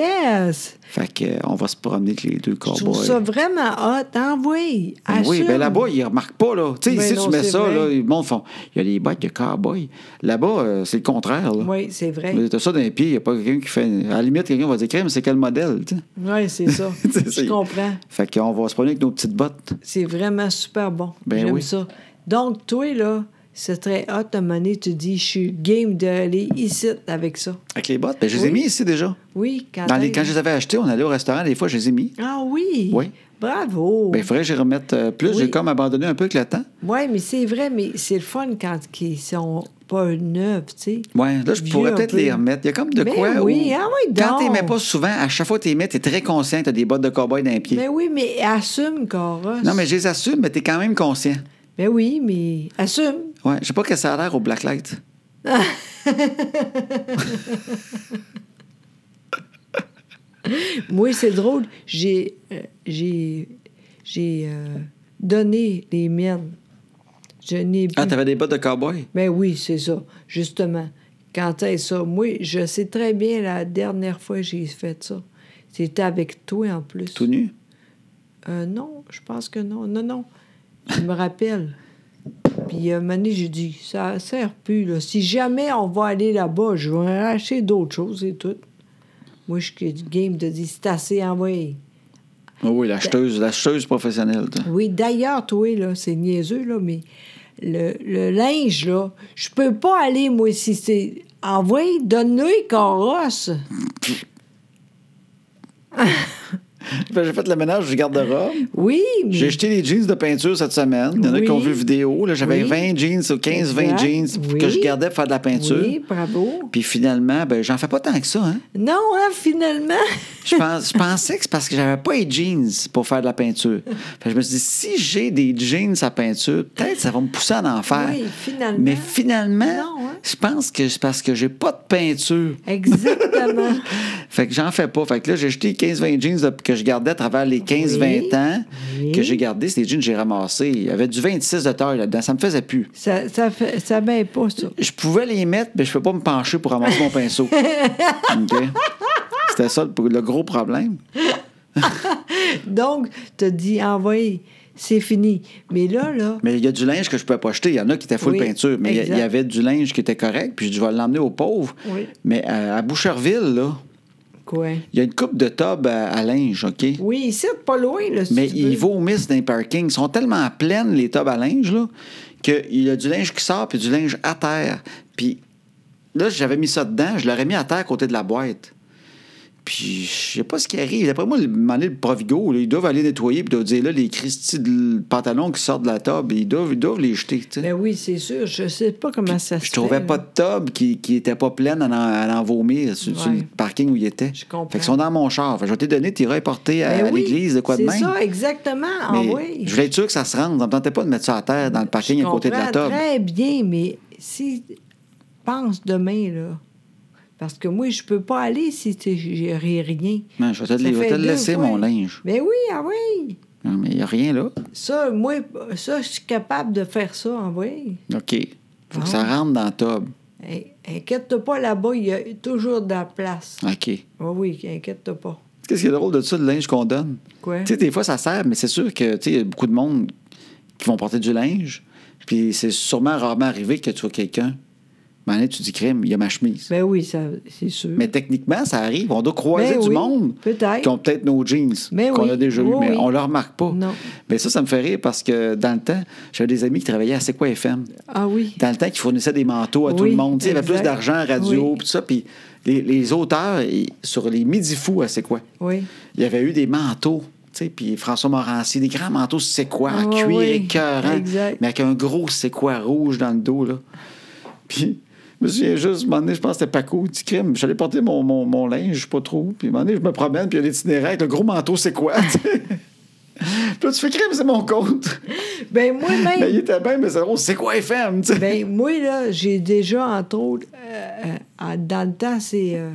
S2: Yes!
S1: Fait que, euh, on va se promener avec les deux
S2: Je trouve ça
S1: cowboys.
S2: vraiment hot. Hein? Oui,
S1: Ben Oh oui,
S2: assume.
S1: ben là-bas, ils ne remarquent pas, là. Tu sais,
S2: Ben
S1: ici,
S2: non,
S1: tu mets
S2: c'est
S1: ça,
S2: vrai.
S1: là, les gens font, il y a des bottes de cowboy. Là-bas, euh, c'est le contraire, là.
S2: Oui, c'est vrai.
S1: Mais t'as ça dans les pieds, il n'y a pas quelqu'un qui fait. À la limite, quelqu'un va dire crème, c'est quel modèle, tu sais.
S2: Oui, c'est ça.
S1: C'est-
S2: Je comprends.
S1: Fait qu'on va se promener avec nos petites bottes.
S2: C'est vraiment super bon.
S1: Ben
S2: J'aime
S1: oui.
S2: ça. Donc, toi, là, c'est très hot. À un moment donné, tu dis, je suis game d'aller ici avec ça.
S1: Avec les bottes. Ben, je les ai
S2: Oui. Ah, ben.
S1: mis ici déjà.
S2: Oui, quand
S1: Dans les,
S2: même.
S1: quand je les avais achetées, on allait au restaurant, des fois, je les ai mis.
S2: Ah oui?
S1: Oui.
S2: Bravo!
S1: Ben, il faudrait que j'y remette euh, plus.
S2: Oui.
S1: J'ai comme abandonné un peu avec le temps.
S2: oui, mais c'est vrai, mais c'est le fun quand ils sont pas neuves, tu sais.
S1: Ouais, là, je
S2: Vieux
S1: pourrais
S2: un
S1: peut-être
S2: peu.
S1: les remettre. Il y a comme de
S2: Ben
S1: quoi.
S2: oui,
S1: où-
S2: ah oui,
S1: Quand
S2: donc.
S1: t'aimais pas souvent, à chaque fois que t'aimais, t'es très conscient, que t'as des bottes de cow-boy dans les pieds.
S2: Mais Ben oui, mais assume, Cora.
S1: Non, mais je les assume, mais t'es quand même conscient.
S2: Ben oui, mais assume.
S1: Ouais, je sais pas que ça a l'air au blacklight.
S2: Moi, c'est drôle. J'ai euh, j'ai j'ai euh, donné les miennes. Je n'ai
S1: Ah,
S2: plus.
S1: t'avais des bottes de cow-boy?
S2: Ben oui, c'est ça, justement. Quand est ça? Moi, je sais très bien la dernière fois que j'ai fait ça. C'était avec toi en plus.
S1: Tout nu?
S2: Euh, non, je pense que non. Non, non. Je me rappelle. Puis à un moment donné, j'ai dit, ça sert plus. Là. Si jamais on va aller là-bas, je vais arracher d'autres choses et tout. Moi, je suis game de dire, c'est assez envoyé.
S1: Ah oui, l'acheteuse, l'acheteuse professionnelle. toi.
S2: Oui, d'ailleurs, toi, là, c'est niaiseux, là, mais le, le linge, là, je peux pas aller, moi, si c'est. Envoyé, donne-le, carrosse.
S1: Ben, J'ai fait le ménage du garde-robe.
S2: Oui, mais.
S1: J'ai jeté les jeans de peinture cette semaine. Il y en a
S2: Oui.
S1: qui ont vu vidéo. là. J'avais
S2: Oui.
S1: 20 jeans ou 15-20
S2: Exact.
S1: jeans que
S2: Oui.
S1: je gardais pour faire de la peinture.
S2: Oui, bravo.
S1: Puis finalement, ben, j'en fais pas tant que ça. Hein?
S2: Non, hein, finalement.
S1: Je, pense- je pensais que c'est parce que j'avais pas les jeans pour faire de la peinture. Fait que je me suis dit, si j'ai des jeans à peinture, peut-être ça va me pousser à en faire.
S2: Oui, finalement.
S1: Mais finalement,
S2: Non, hein.
S1: je pense que c'est parce que j'ai pas de peinture.
S2: Exactement.
S1: Fait que j'en fais pas. Fait que là, j'ai jeté 15-20 jeans là, que je gardais à travers les 15-20
S2: Oui.
S1: ans
S2: Oui.
S1: que j'ai gardés. C'est des jeans que j'ai ramassés. Il y avait du 26 de taille là-dedans. Ça me faisait plus.
S2: ça ça, fait- ça m'aide pas, ça.
S1: Je pouvais les mettre, mais je peux pas me pencher pour ramasser mon pinceau. OK? C'était ça le, le gros problème.
S2: Donc, tu dit, envoyé, c'est fini. Mais là, là,
S1: Mais il y a du linge que je pouvais pas acheter. Il y en a qui étaient full
S2: Oui,
S1: peinture, mais il y a- il y
S2: exact.
S1: avait du linge qui était correct. Puis je vais l'emmener aux pauvres.
S2: Oui.
S1: Mais euh, à Boucherville, là,
S2: quoi?
S1: il y a une coupe de tubs à, à linge, OK?
S2: Oui, ici, pas loin, là. si
S1: Mais
S2: tu
S1: ils
S2: veux.
S1: vomissent dans les parkings. Ils sont tellement pleines, les tubs à linge, là, qu'il y a du linge qui sort, puis du linge à terre. Puis là, j'avais mis ça dedans, je l'aurais mis à terre à côté de la boîte. Puis je sais pas ce qui arrive. D'après moi, le, à un moment donné, le Provigo, là, ils doivent aller nettoyer, puis ils doivent dire, là, les Christy de pantalons qui sortent de la table, ils doivent, ils doivent les jeter, tu sais.
S2: Ben oui, c'est sûr. Je sais pas comment ça se
S1: Je trouvais
S2: fait,
S1: pas
S2: là.
S1: de tub qui, qui était pas pleine à en, à en vomir sur, sur le
S2: Ouais.
S1: parking où il était.
S2: Je comprends.
S1: Fait qu'ils sont dans mon char. Fait que je vais te donner, tu iras porter à,
S2: Ben
S1: à
S2: oui,
S1: l'église de quoi de même.
S2: C'est ça, exactement. Ah
S1: Mais
S2: oui.
S1: Je voulais être sûr que ça se rende. Ça me tentait pas de mettre ça à terre dans le parking à côté de la
S2: comprends
S1: table.
S2: Très bien, mais si. Pense demain, là. Parce que moi, je peux pas aller si t'es- j'ai rien.
S1: Non, je vais te,
S2: Ça
S1: le- je vais
S2: fait
S1: te le
S2: deux
S1: laisser,
S2: fois.
S1: mon linge.
S2: Ben oui, ah oui.
S1: Non, mais il n'y a rien là.
S2: Ça, moi, ça, je suis capable de faire ça, ah oui.
S1: OK. faut que
S2: Bon.
S1: ça rentre dans la table.
S2: Hey, Inquiète-toi pas, là-bas, il y a toujours de la place. Ah
S1: OK.
S2: Oui, oui, inquiète-toi pas.
S1: Qu'est-ce qui est drôle de ça, le linge qu'on donne?
S2: Quoi?
S1: Tu sais, des fois, ça sert, mais c'est sûr que, tu sais, il y a beaucoup de monde qui vont porter du linge. Puis c'est sûrement rarement arrivé que tu vois quelqu'un. Mais là, tu dis crime, il y a ma chemise.
S2: Ben oui, ça, c'est sûr.
S1: Mais techniquement, ça arrive. On doit croiser
S2: Ben
S1: du
S2: oui,
S1: monde
S2: peut-être.
S1: qui ont peut-être nos jeans
S2: Ben
S1: qu'on
S2: oui,
S1: a déjà
S2: oui,
S1: eu, mais
S2: oui.
S1: on ne le remarque pas.
S2: Non.
S1: Mais ça, ça me fait rire parce que dans le temps, j'avais des amis qui travaillaient à C'est quoi FM.
S2: Ah oui.
S1: Dans le temps, qui fournissaient des manteaux à tout
S2: Oui,
S1: le monde. Tu sais, Il y avait
S2: exact.
S1: plus d'argent à radio,
S2: Oui.
S1: puis tout ça. Puis les, les auteurs, ils- sur les midi fous à C'est quoi,
S2: Oui.
S1: il y avait eu des manteaux. tu sais, Puis François Morancy, des grands manteaux, c'est quoi,
S2: Ah,
S1: en cuir
S2: oui.
S1: écœurant,
S2: Exact.
S1: mais avec un gros c'est quoi rouge dans le dos. Là. Puis, je me souviens juste, un moment donné, je pense que c'était Paco, petit crime. J'allais porter mon, mon, mon linge, je sais pas trop. Puis, un moment donné, je me promène, puis il y a l'itinéraire avec le gros manteau, c'est quoi? tu sais. puis là, tu fais crime, c'est mon compte.
S2: Ben moi-même.
S1: Mais il était bien, mais c'est drôle, c'est quoi FM? tu sais.
S2: Ben, moi, là, j'ai déjà, entre autres, euh, euh, à- dans le temps, c'est. euh,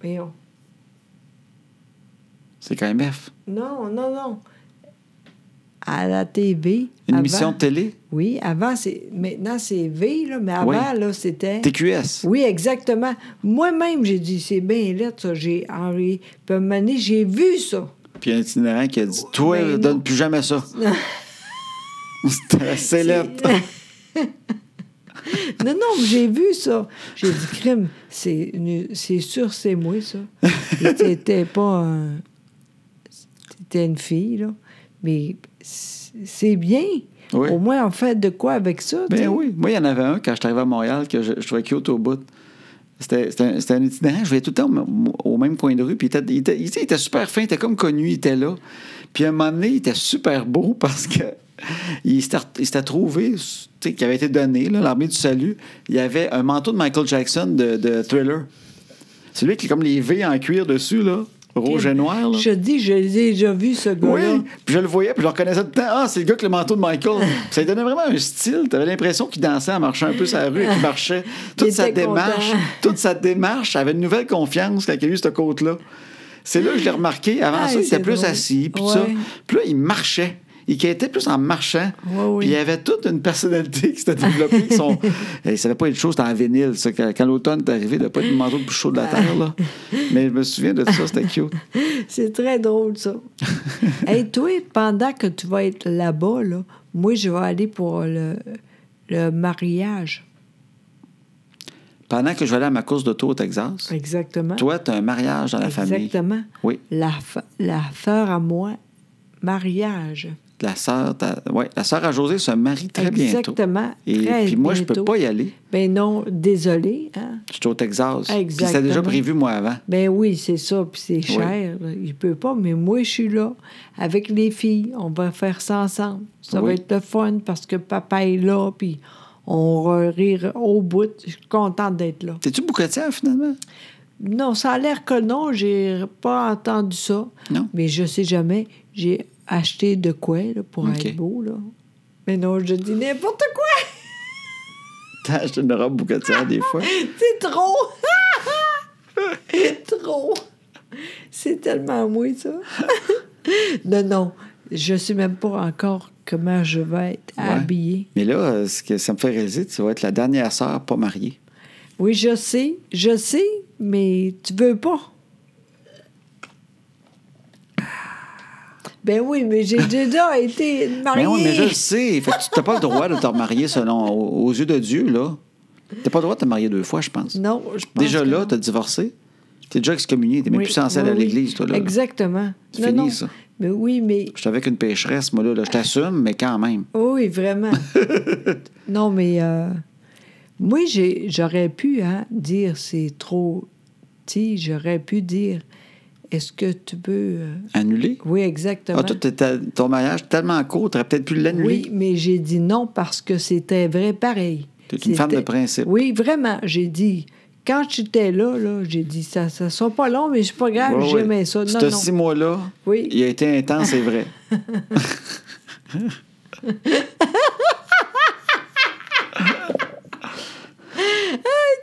S2: voyons.
S1: C'est quand même F.
S2: Non, non, non. À la TV.
S1: Une
S2: avant-
S1: émission de télé?
S2: Oui, avant, c'est. Maintenant, c'est V, là, mais avant,
S1: Oui.
S2: là, c'était.
S1: TQS.
S2: Oui, exactement. Moi-même, j'ai dit, c'est bien lettre, ça. J'ai enlevé. Puis à un moment donné, j'ai vu ça.
S1: Puis il y a un itinérant qui a dit Toi,
S2: Ben non.
S1: donne plus jamais ça. C'était assez lettre.
S2: Non, non, mais j'ai vu ça. J'ai dit, crime, c'est une- c'est sûr, c'est moi, ça. Et T'étais pas un- T'étais une fille, là. Mais c'est c'est bien.
S1: Oui.
S2: Au moins, on fait de quoi avec ça, tu sais.
S1: Ben oui. Moi, il y en avait un quand je suis arrivé à Montréal que je, je trouvais cute au bout. C'était c'était un, c'était un itinérant. Je voyais tout le temps au, au même coin de rue. Puis il était, il était- il était- il était super fin. Il était comme connu. Il était là. Puis à un moment donné, il était super beau parce que il s'était il s'était trouvé, tu sais, qui avait été donné, là, l'armée du salut. Il y avait un manteau de Michael Jackson de, de thriller. Celui qui est comme les V en cuir dessus, là, rouge et noir. là.
S2: Je te dis, je l'ai déjà vu, ce
S1: Oui,
S2: gars-là.
S1: puis je le voyais, puis je le reconnaissais tout le temps. Ah, c'est le gars avec le manteau de Michael. Puis ça lui donnait vraiment un style. T'avais l'impression qu'il dansait en marchant un peu sur la rue et qu'il marchait. Toute
S2: Il
S1: sa
S2: était
S1: démarche,
S2: content.
S1: toute sa démarche, elle avait une nouvelle confiance quand il y a eu cette côte-là. C'est là que je l'ai remarqué. Avant
S2: Ah,
S1: ça, il était
S2: c'est
S1: plus
S2: drôle.
S1: assis, puis tout ça.
S2: Ouais.
S1: Puis là, il marchait. Il était plus en marchant.
S2: Ouais, oui.
S1: Puis il avait toute une personnalité qui s'était développée. qui sont... Il savait pas être chaud, c'était en vinyle, ça. Quand, quand l'automne est arrivé, il n'avait pas être le manteau le plus chaud de la terre, là. Mais je me souviens de ça, c'était cute.
S2: C'est très drôle, ça. Et toi, pendant que tu vas être là-bas, là, moi, je vais aller pour le, le mariage.
S1: Pendant que je vais aller à ma course d'auto au Texas,
S2: Exactement.
S1: Toi, tu as un mariage dans la famille.
S2: Exactement.
S1: Oui,
S2: La, fa- la sœur à moi, mariage.
S1: la sœur, ta- ouais, la sœur à José se marie très bientôt.
S2: Exactement.
S1: Et
S2: très
S1: puis moi, je peux
S2: bientôt.
S1: pas y aller.
S2: Ben non, désolé. Hein?
S1: Je suis au Texas. Puis c'était déjà
S2: Exactement.
S1: prévu moi avant.
S2: Ben oui, c'est ça, puis c'est cher. Il peut pas, mais moi, je suis là avec les filles. On va faire ça ensemble. Ça
S1: Oui.
S2: va être le fun parce que papa est là, puis on va rire au bout. Je suis contente d'être là.
S1: T'es-tu bouquetière finalement?
S2: Non, ça a l'air que non, j'ai pas entendu ça.
S1: Non.
S2: Mais je sais jamais. J'ai acheté de quoi là, pour
S1: OK.
S2: être beau, là. Mais non, je dis n'importe quoi!
S1: T'as acheté une robe bouquetière des fois.
S2: C'est trop! trop! C'est tellement mouillé, ça. non, non, je sais même pas encore comment je vais être
S1: Ouais.
S2: habillée.
S1: Mais là, euh, ce que ça me fait réaliser, tu vas être la dernière sœur pas mariée.
S2: Oui, je sais, je sais, mais tu veux pas. Ben oui, mais j'ai déjà été
S1: Mais
S2: mariée.
S1: Ben oui, mais je le sais. Fait que tu n'as pas le droit de te remarier selon aux aux yeux de Dieu, là. T'as pas le droit de te marier deux fois, je pense.
S2: Non, je pense
S1: déjà
S2: que
S1: là,
S2: non.
S1: t'as divorcé. T'es déjà excommunié. T'es même
S2: Oui,
S1: plus censé aller à
S2: oui, oui.
S1: l'église, toi, là.
S2: Exactement.
S1: C'est
S2: Non,
S1: fini,
S2: non.
S1: ça.
S2: Mais oui, mais oh
S1: Je suis avec une pécheresse, moi, là. là. Je t'assume, mais quand même.
S2: oui, vraiment. non, mais euh, moi, j'ai- j'aurais pu hein, dire c'est trop. Tu sais, j'aurais pu dire est-ce que tu peux. euh,
S1: Annulé?
S2: Oui, exactement.
S1: Ah, toi, t'es- t'as- ton mariage tellement court, t'aurais peut-être pu l'annuler.
S2: Oui, mais j'ai dit non parce que c'était vrai pareil.
S1: T'es une femme
S2: C'était-
S1: de principe.
S2: Oui, vraiment. J'ai dit, quand j'étais là, là j'ai dit, ça ne sera pas long, mais c'est pas grave,
S1: Ouais, ouais.
S2: j'aimais ça. Non,
S1: Ces
S2: non.
S1: six mois-là,
S2: Oui.
S1: il a été intense, c'est vrai.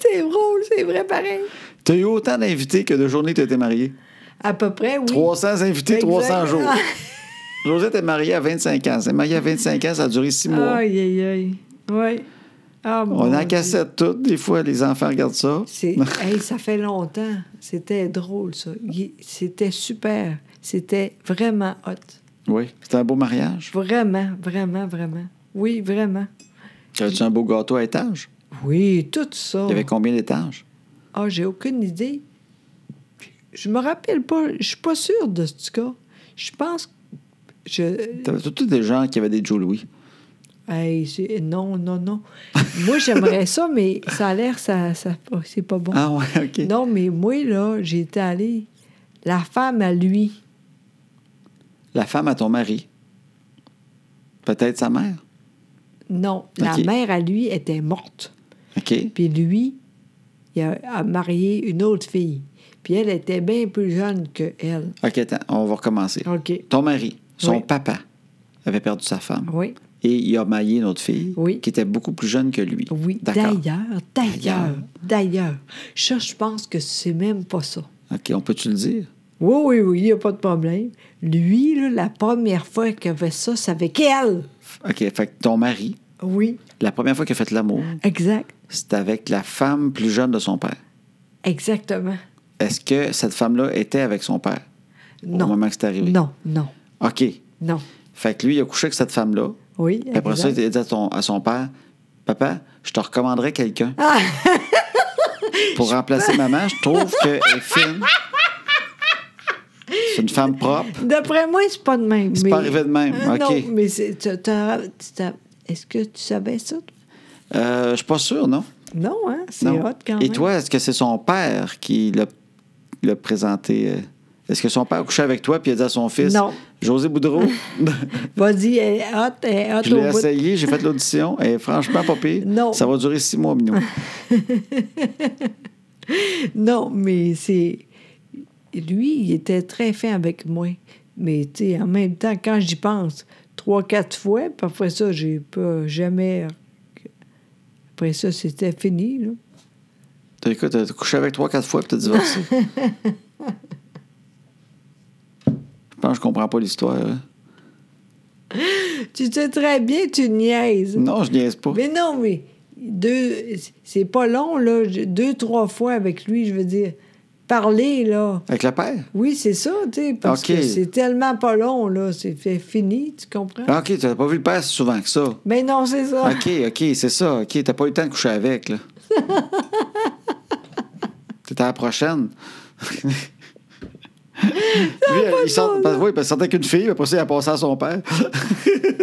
S2: C'est drôle, c'est vrai pareil.
S1: T'as eu autant d'invités que de journées que t'étais mariée.
S2: À peu près, oui.
S1: 300 invités,
S2: Exact.
S1: 300
S2: Ah,
S1: jours. Josette est mariée à 25 ans. C'est mariée à 25 ans, ça a duré six mois.
S2: Aïe, aïe, aïe. Oui. Ah, mon
S1: On a
S2: Dieu.
S1: cassette toutes. Des fois, les enfants regardent ça.
S2: C'est- hey, ça fait longtemps. C'était drôle, ça. Il- C'était super. C'était vraiment hot.
S1: Oui, c'était un beau mariage.
S2: Vraiment, vraiment, vraiment. Oui, vraiment.
S1: T'as-tu un beau gâteau à étage?
S2: Oui, tout ça.
S1: Il y avait combien d'étages?
S2: Ah, j'ai aucune idée. Je me rappelle pas. Je suis pas sûre de ce cas. Je pense que. Je...
S1: T'avais tous des gens qui avaient des Joe Louis.
S2: Hey, c'est- non, non, non. moi, j'aimerais ça, mais ça a l'air, ça, ça, oh, c'est pas bon.
S1: Ah ouais, OK.
S2: Non, mais moi, là, j'étais allée. La femme à lui.
S1: La femme à ton mari. Peut-être sa mère.
S2: Non, la
S1: Ok.
S2: mère à lui était morte.
S1: OK.
S2: Puis lui, il a, a marié une autre fille. Puis elle était bien plus jeune que elle.
S1: OK, attends, on va recommencer.
S2: OK.
S1: Ton mari, son
S2: Oui.
S1: papa, avait perdu sa femme.
S2: Oui.
S1: Et il a maillé notre fille,
S2: Oui.
S1: qui était beaucoup plus jeune que lui.
S2: Oui,
S1: D'accord.
S2: d'ailleurs,
S1: D'ailleurs.
S2: d'ailleurs, d'ailleurs. Ça, je pense que c'est même pas ça.
S1: OK, on peut-tu le dire?
S2: Oui, oui, oui, il n'y a pas de problème. Lui, là, la première fois qu'il avait ça, c'est avec elle.
S1: OK, fait que ton mari,
S2: Oui,
S1: la première fois qu'il a fait l'amour,
S2: exact.
S1: c'était avec la femme plus jeune de son père.
S2: Exactement.
S1: Est-ce que cette femme-là était avec son père
S2: Non.
S1: au moment que c'est arrivé?
S2: Non, non,
S1: OK.
S2: non.
S1: Fait que lui, il a couché avec cette femme-là.
S2: Oui,
S1: Puis Après ça,
S2: exact.
S1: il a dit à, ton- à son père, « Papa, je te recommanderais quelqu'un
S2: Ah,
S1: pour remplacer maman. Je trouve qu'elle est fine. C'est une femme propre.
S2: D'après moi, c'est pas de même.
S1: C'est
S2: mais-
S1: pas arrivé de même,
S2: Ah,
S1: ok.
S2: Non, mais c'est- t'as- t'as- t'as- est-ce que tu savais ça? toi?
S1: Euh, je suis pas sûr, non?
S2: Non, hein? C'est
S1: Non.
S2: hot quand même.
S1: Et toi, est-ce que c'est son père qui l'a l'a présenté? euh? Est-ce que son père a couché avec toi puis il a dit à son fils,
S2: Non.
S1: José Boudreau,
S2: Vas-y, elle est hot, elle est hot
S1: je
S2: au
S1: l'ai
S2: bout.
S1: essayé, j'ai fait l'audition, et franchement, pas pire.
S2: Non.
S1: Ça va durer six mois minimum.
S2: Non, mais c'est. Lui, il était très fin avec moi. Mais, tu sais, en même temps, quand j'y pense, trois, quatre fois, puis après ça, j'ai pas jamais. Après ça, c'était fini, là.
S1: T'as- Écoute, t'as couché avec trois, quatre fois puis t'as divorcé. je pense que je comprends pas l'histoire. hein.
S2: Tu sais très bien, tu niaises.
S1: Non, je niaise pas.
S2: Mais non, mais deux. C'est pas long, là. Je- Deux, trois fois avec lui, je veux dire. Parler, là.
S1: Avec le père?
S2: Oui, c'est ça, tu sais, parce
S1: OK.
S2: que c'est tellement pas long, là. C'est fait fini, tu comprends?
S1: Ah, OK, t'as pas vu le père si souvent que ça.
S2: Mais non, c'est ça.
S1: OK, OK, c'est ça. OK, t'as pas eu le temps de coucher avec, là. T'es à la prochaine. Lui, il sort, parce, oui, parce qu'il sortait avec une fille, puis après ça, il a passé à son père.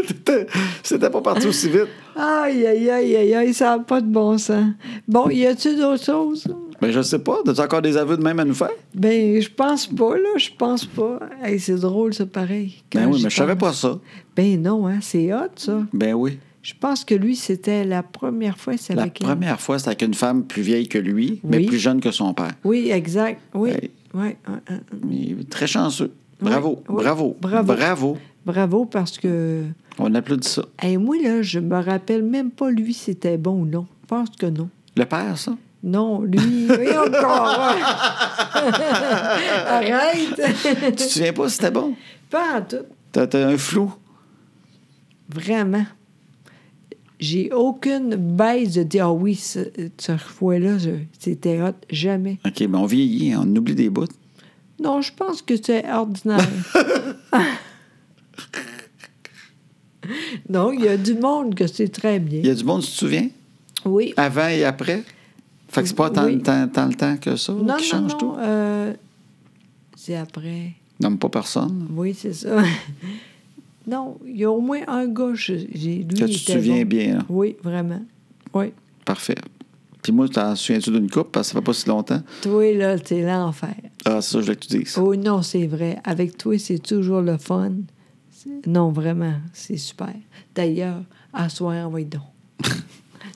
S1: C'était- C'était pas parti aussi vite.
S2: Aïe, aïe, aïe, aïe, aïe, ça n'a pas de bon sens. Bon, y a-tu d'autres choses?
S1: Mais je sais pas, t'as-tu encore des aveux de même à nous faire?
S2: Ben, je pense pas, là, je pense pas. Hey, c'est drôle, ça, pareil.
S1: Ben
S2: quand
S1: oui,
S2: j'y
S1: mais je savais
S2: pense.
S1: pas ça.
S2: Ben non, hein, c'est hot, ça.
S1: Ben oui.
S2: Je pense que lui, c'était la première fois, c'est
S1: La
S2: avec elle.
S1: première fois, c'était avec une femme plus vieille que lui, mais
S2: Oui.
S1: plus jeune que son père.
S2: Oui, exact, oui.
S1: Hey.
S2: Ouais, hein, hein, hein.
S1: Il est très chanceux.
S2: Ouais,
S1: Bravo,
S2: ouais,
S1: bravo, bravo,
S2: bravo. Bravo, parce que...
S1: On applaudit ça.
S2: Hey, moi, là, je me rappelle même pas, lui, c'était bon ou non. Je pense que non.
S1: Le père, ça?
S2: Non, lui, et encore! Arrête!
S1: Tu te souviens pas si c'était bon?
S2: pas en tout.
S1: T'as t'as un flou.
S2: Vraiment. J'ai aucune baisse de dire, ah oui, ce, ce fois-là, je- c'était hot. Jamais.
S1: OK, mais on vieillit, on oublie des bouts.
S2: Non, je pense que c'est ordinaire. non, il y a du monde que c'est très
S1: Il y
S2: bien.
S1: a du monde, tu te souviens?
S2: Oui.
S1: Avant et après? Fait que c'est pas tant,
S2: Oui.
S1: tant- tant le temps que ça
S2: Non,
S1: qui
S2: non,
S1: change tout.
S2: non. euh, c'est après.
S1: Nomme pas personne.
S2: Oui, c'est ça. non, il y a au moins un gars, je- j'ai lui.
S1: Que
S2: il
S1: tu te
S2: était
S1: souviens
S2: bon.
S1: bien, hein? là.
S2: Oui, vraiment. Oui.
S1: Parfait. Puis moi, t'en souviens-tu d'une coupe? Parce que ça fait pas si longtemps.
S2: Toi, là, c'est l'enfer.
S1: Ah, c'est ça, je voulais que tu dises.
S2: Oh non, c'est vrai. Avec toi, c'est toujours le fun. C'est- Non, vraiment, c'est super. D'ailleurs, à soir, envoyez donc.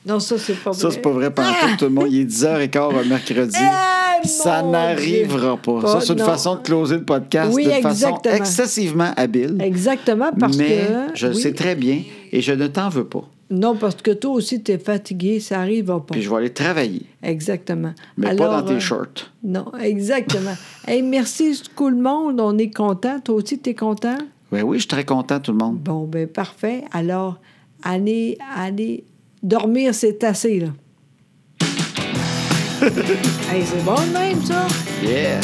S2: non, ça, c'est pas Ah!
S1: Ça,
S2: vrai.
S1: c'est pas vrai, pendant tout le monde. Il est 10h15 un mercredi.
S2: Eh,
S1: Puis ça
S2: mon
S1: n'arrivera pas.
S2: Dieu.
S1: Ça,
S2: Pas,
S1: c'est une
S2: non.
S1: façon de closer le podcast
S2: Oui,
S1: de façon
S2: exactement.
S1: excessivement habile.
S2: Exactement, parce
S1: mais
S2: que...
S1: je le
S2: oui.
S1: sais très bien et je ne t'en veux pas.
S2: Non, parce que toi aussi, t'es fatigué, ça arrive pas.
S1: Puis je vais aller travailler,
S2: Exactement.
S1: mais pas
S2: Alors,
S1: dans tes
S2: euh,
S1: shorts.
S2: Non, exactement. hey, merci tout le monde. On est content. Toi aussi, tu es content?
S1: Ben oui, je suis très content, tout le monde.
S2: Bon, ben parfait. Alors, allez, allez. Dormir, c'est assez, là. hey, c'est bon de même, ça?
S1: Yeah!